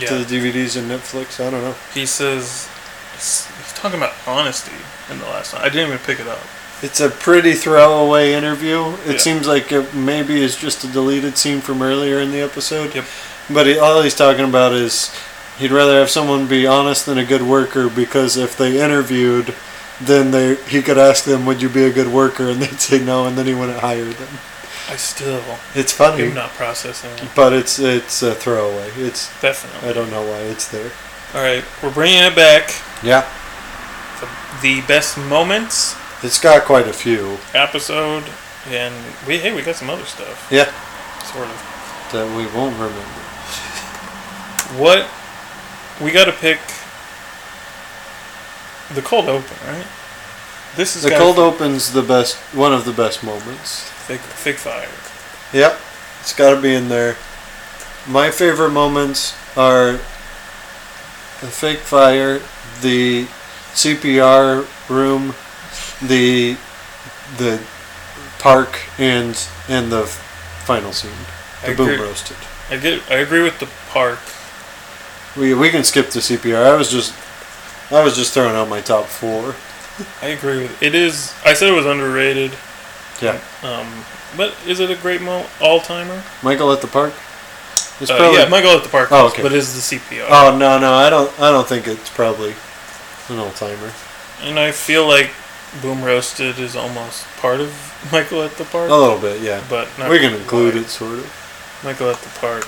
[SPEAKER 4] yeah.
[SPEAKER 2] to the DVDs and Netflix. I don't know.
[SPEAKER 4] he says he's he's talking about honesty in the last one. I didn't even pick it up.
[SPEAKER 2] It's a pretty throwaway interview. It
[SPEAKER 4] Yeah.
[SPEAKER 2] seems like it maybe is just a deleted scene from earlier in the episode.
[SPEAKER 4] Yep.
[SPEAKER 2] But he, all he's talking about is he'd rather have someone be honest than a good worker because if they interviewed, then they he could ask them, "Would you be a good worker?" and they'd say no, and then he wouldn't hire them.
[SPEAKER 4] I still
[SPEAKER 2] It's funny,
[SPEAKER 4] am not processing it.
[SPEAKER 2] but it's it's a throwaway. It's
[SPEAKER 4] Definitely.
[SPEAKER 2] I don't know why it's there.
[SPEAKER 4] All right, we're bringing it back.
[SPEAKER 2] Yeah,
[SPEAKER 4] The, the best moments
[SPEAKER 2] it's got quite a few
[SPEAKER 4] episode, and we hey we got some other stuff.
[SPEAKER 2] Yeah.
[SPEAKER 4] Sort of.
[SPEAKER 2] that we won't remember.
[SPEAKER 4] What we got to pick the cold open, right? This is
[SPEAKER 2] The cold opens the best, one of the best moments.
[SPEAKER 4] Thick, thick fire.
[SPEAKER 2] Yep, it's got to be in there. My favorite moments are the fake fire, the CPR room, the the park, and and the final scene, the
[SPEAKER 4] I
[SPEAKER 2] boom
[SPEAKER 4] agree.
[SPEAKER 2] roasted.
[SPEAKER 4] I get. I agree with the park.
[SPEAKER 2] We we can skip the CPR. I was just I was just throwing out my top four.
[SPEAKER 4] I agree with it is. I said it was underrated.
[SPEAKER 2] Yeah,
[SPEAKER 4] Um, but is it a great mo- all timer?
[SPEAKER 2] Michael at the park. It's
[SPEAKER 4] Uh,
[SPEAKER 2] probably.
[SPEAKER 4] yeah, Michael at the park.
[SPEAKER 2] Oh,
[SPEAKER 4] is,
[SPEAKER 2] okay.
[SPEAKER 4] But is the CPR?
[SPEAKER 2] oh no no I don't I don't think it's probably an old timer.
[SPEAKER 4] And I feel like Boom Roasted is almost part of Michael at the park.
[SPEAKER 2] A little bit yeah.
[SPEAKER 4] But not
[SPEAKER 2] Oh. We can include
[SPEAKER 4] quite.
[SPEAKER 2] it sort of.
[SPEAKER 4] Michael at the park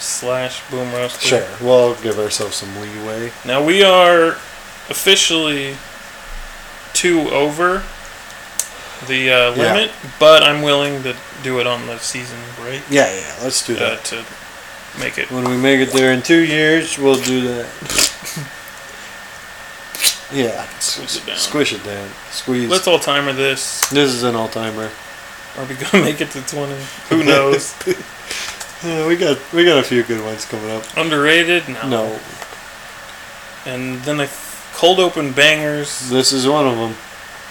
[SPEAKER 4] slash Boom Roasted.
[SPEAKER 2] Sure. We'll give ourselves some leeway.
[SPEAKER 4] Now we are officially two over the uh,
[SPEAKER 2] Yeah.
[SPEAKER 4] limit, but I'm willing to do it on the season break
[SPEAKER 2] Yeah, yeah. Let's do
[SPEAKER 4] uh, to make it.
[SPEAKER 2] When we make it there in two years, we'll do that. yeah.
[SPEAKER 4] Squish it down.
[SPEAKER 2] Squish it down. Squeeze.
[SPEAKER 4] Let's all timer this.
[SPEAKER 2] this is an all timer.
[SPEAKER 4] Are we gonna make it to twenty? Who knows?
[SPEAKER 2] Yeah, we got we got a few good ones coming up.
[SPEAKER 4] Underrated? No.
[SPEAKER 2] No,
[SPEAKER 4] And then I cold open bangers.
[SPEAKER 2] this is one of them.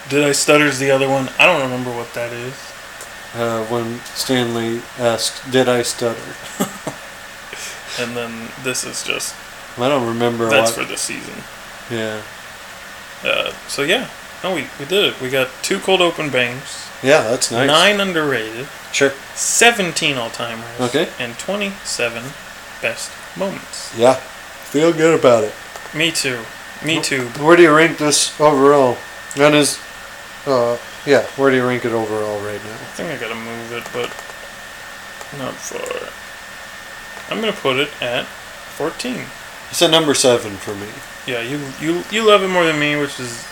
[SPEAKER 4] Did I stutter's the other one? I don't remember what that is.
[SPEAKER 2] Uh, when Stanley asked, "Did I stutter?"
[SPEAKER 4] And then this is just
[SPEAKER 2] I don't remember
[SPEAKER 4] that's
[SPEAKER 2] what.
[SPEAKER 4] for this season.
[SPEAKER 2] yeah,
[SPEAKER 4] Uh, so yeah, no, we we did it. We got two cold open bangers,
[SPEAKER 2] yeah, that's nice.
[SPEAKER 4] nine underrated,
[SPEAKER 2] Sure.
[SPEAKER 4] seventeen all timers,
[SPEAKER 2] Okay.
[SPEAKER 4] and twenty seven best moments.
[SPEAKER 2] Yeah, feel good about it.
[SPEAKER 4] Me too. Me too.
[SPEAKER 2] Where do you rank this overall? That is, uh, yeah. Where do you rank it overall right
[SPEAKER 4] I
[SPEAKER 2] now?
[SPEAKER 4] think I gotta move it, but not far. I'm gonna put it at fourteen.
[SPEAKER 2] It's a number seven for me.
[SPEAKER 4] Yeah, you you you love it more than me, which has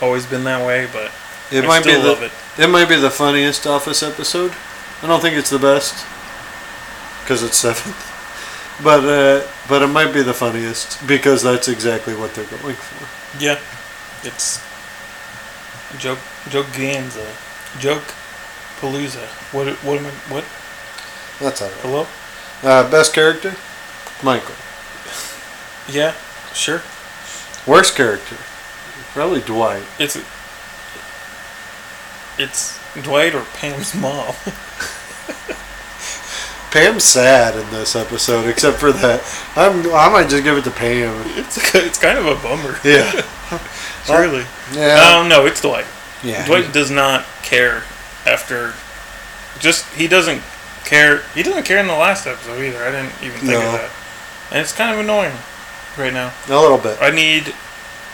[SPEAKER 4] always been that way. But
[SPEAKER 2] It
[SPEAKER 4] I
[SPEAKER 2] might
[SPEAKER 4] still
[SPEAKER 2] be the
[SPEAKER 4] love it.
[SPEAKER 2] it might be the funniest Office episode. I don't think it's the best because it's seventh, but uh, but it might be the funniest because that's exactly what they're going for.
[SPEAKER 4] Yeah, it's joke joke ganza, joke palooza. What what am I, what?
[SPEAKER 2] That's all right.
[SPEAKER 4] Hello?
[SPEAKER 2] Uh, best character, Michael.
[SPEAKER 4] Yeah, sure.
[SPEAKER 2] Worst character, probably Dwight.
[SPEAKER 4] It's it's Dwight or Pam's mom.
[SPEAKER 2] Pam's sad in this episode, except for that. I'm I might just give it to Pam.
[SPEAKER 4] it's it's kind of a bummer.
[SPEAKER 2] Yeah.
[SPEAKER 4] really.
[SPEAKER 2] Yeah.
[SPEAKER 4] Um, no, it's Dwight.
[SPEAKER 2] yeah.
[SPEAKER 4] Dwight does not care after. Just he doesn't care. He didn't care in the last episode either. I didn't even think
[SPEAKER 2] No.
[SPEAKER 4] of that, and it's kind of annoying right now.
[SPEAKER 2] A little bit.
[SPEAKER 4] I need,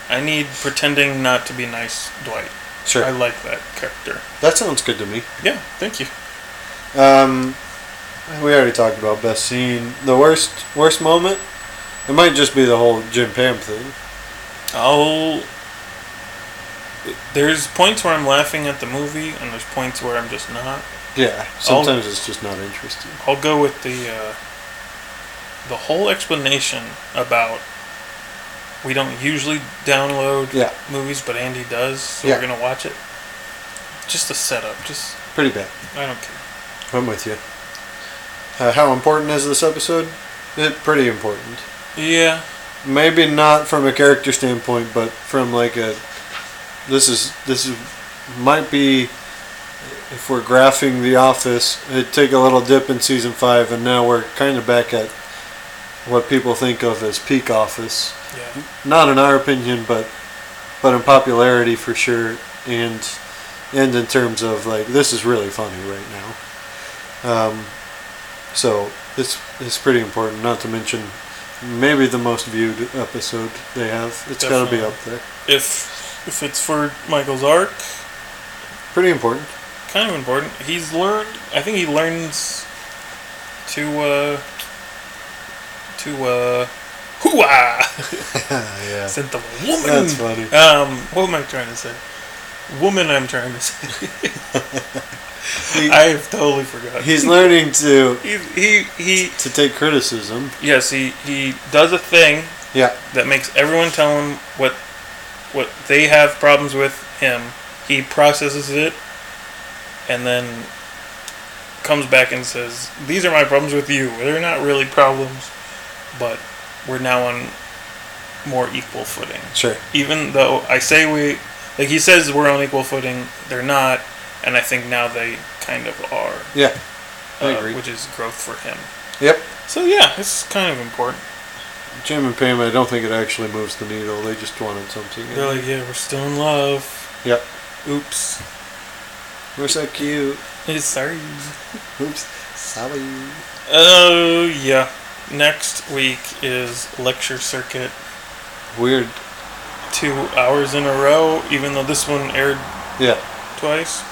[SPEAKER 4] I need pretending not to be nice, Dwight. I
[SPEAKER 2] Sure.
[SPEAKER 4] like that character.
[SPEAKER 2] That sounds good to me.
[SPEAKER 4] Yeah, thank you.
[SPEAKER 2] Um, we already talked about best scene. The worst worst moment. It might just be the whole Jim Pam thing.
[SPEAKER 4] I'll. There's points where I'm laughing at the movie, and there's points where I'm just not.
[SPEAKER 2] Yeah.
[SPEAKER 4] I'll-
[SPEAKER 2] Sometimes it's just not interesting.
[SPEAKER 4] I'll go with the uh, the whole explanation about we don't usually download
[SPEAKER 2] Yeah.
[SPEAKER 4] movies, but Andy does, so
[SPEAKER 2] Yeah.
[SPEAKER 4] we're gonna watch it. Just the setup. Just
[SPEAKER 2] Pretty bad.
[SPEAKER 4] I don't care.
[SPEAKER 2] I'm with you. Uh, how important is this episode? It, pretty important.
[SPEAKER 4] Yeah,
[SPEAKER 2] Maybe not from a character standpoint, but from like a this is this is might be if we're graphing The Office, it'd take a little dip in season five, and now we're kind of back at what people think of as peak Office.
[SPEAKER 4] yeah.
[SPEAKER 2] Not in our opinion, but but in popularity for sure, and and in terms of like this is really funny right now. Um, so it's it's pretty important. Not to mention maybe the most viewed episode they have. It's got to be
[SPEAKER 4] Definitely.
[SPEAKER 2] up there.
[SPEAKER 4] If if it's for Michael's arc,
[SPEAKER 2] Pretty important.
[SPEAKER 4] kind of important. He's learned. I think he learns to uh to uh hooah.
[SPEAKER 2] yeah,
[SPEAKER 4] Sent the woman.
[SPEAKER 2] that's funny.
[SPEAKER 4] Um, what am I trying to say? Woman, I'm trying to say.
[SPEAKER 2] He-
[SPEAKER 4] I have totally forgotten.
[SPEAKER 2] He's learning to
[SPEAKER 4] he, he, he,
[SPEAKER 2] to take criticism.
[SPEAKER 4] yes, he, he does a thing
[SPEAKER 2] Yeah,
[SPEAKER 4] that makes everyone tell him what, what they have problems with him. He processes it, and then comes back and says, "These are my problems with you. They're not really problems, but we're now on more equal footing."
[SPEAKER 2] sure.
[SPEAKER 4] even though I say we, like he says we're on equal footing, they're not, and I think now they kind of are,
[SPEAKER 2] Yeah, I
[SPEAKER 4] uh,
[SPEAKER 2] agree.
[SPEAKER 4] which is growth for him.
[SPEAKER 2] Yep.
[SPEAKER 4] So yeah, it's kind of important.
[SPEAKER 2] Jim and Pam, I don't think it actually moves the needle. They just wanted something.
[SPEAKER 4] They're like, yeah, we're still in love.
[SPEAKER 2] Yep.
[SPEAKER 4] Oops,
[SPEAKER 2] We're so cute.
[SPEAKER 4] sorry.
[SPEAKER 2] Oops. Sorry.
[SPEAKER 4] Oh yeah. Next week is lecture circuit,
[SPEAKER 2] Weird.
[SPEAKER 4] two hours in a row. Even though this one aired
[SPEAKER 2] Yeah.
[SPEAKER 4] twice.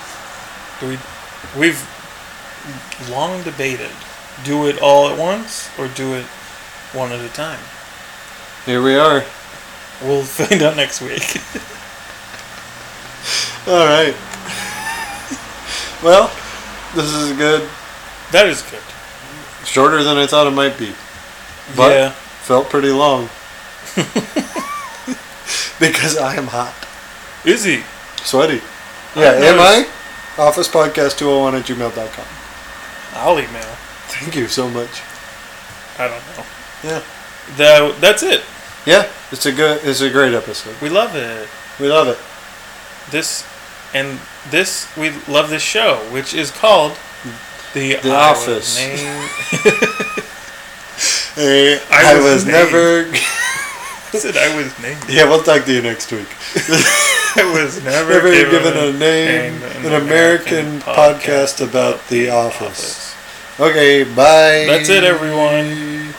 [SPEAKER 4] Do we? We've long debated: do it all at once or do it one at a time.
[SPEAKER 2] Here we are.
[SPEAKER 4] We'll find out next week.
[SPEAKER 2] All right. well, this is good.
[SPEAKER 4] that is good.
[SPEAKER 2] Shorter than I thought it might be. But-
[SPEAKER 4] yeah,
[SPEAKER 2] Felt pretty long. because I am hot.
[SPEAKER 4] is he?
[SPEAKER 2] Sweaty.
[SPEAKER 4] I
[SPEAKER 2] Yeah, am I?
[SPEAKER 4] noticed.
[SPEAKER 2] OfficePodcast201 at gmail.com.
[SPEAKER 4] I'll email.
[SPEAKER 2] Thank you so much.
[SPEAKER 4] I don't know.
[SPEAKER 2] Yeah.
[SPEAKER 4] Though that's it.
[SPEAKER 2] Yeah, it's a good, it's a great episode.
[SPEAKER 4] We love it.
[SPEAKER 2] We love it.
[SPEAKER 4] This and this we love this show, which is called the,
[SPEAKER 2] The
[SPEAKER 4] Iowa
[SPEAKER 2] Office.
[SPEAKER 4] Name.
[SPEAKER 2] Hey,
[SPEAKER 4] I
[SPEAKER 2] I,
[SPEAKER 4] was
[SPEAKER 2] was
[SPEAKER 4] made.
[SPEAKER 2] never.
[SPEAKER 4] I said I was named.
[SPEAKER 2] yeah, we'll talk to you next week.
[SPEAKER 4] I was never,
[SPEAKER 2] Never given a name,
[SPEAKER 4] named
[SPEAKER 2] an American podcast about The Office. Okay, bye.
[SPEAKER 4] That's it, everyone.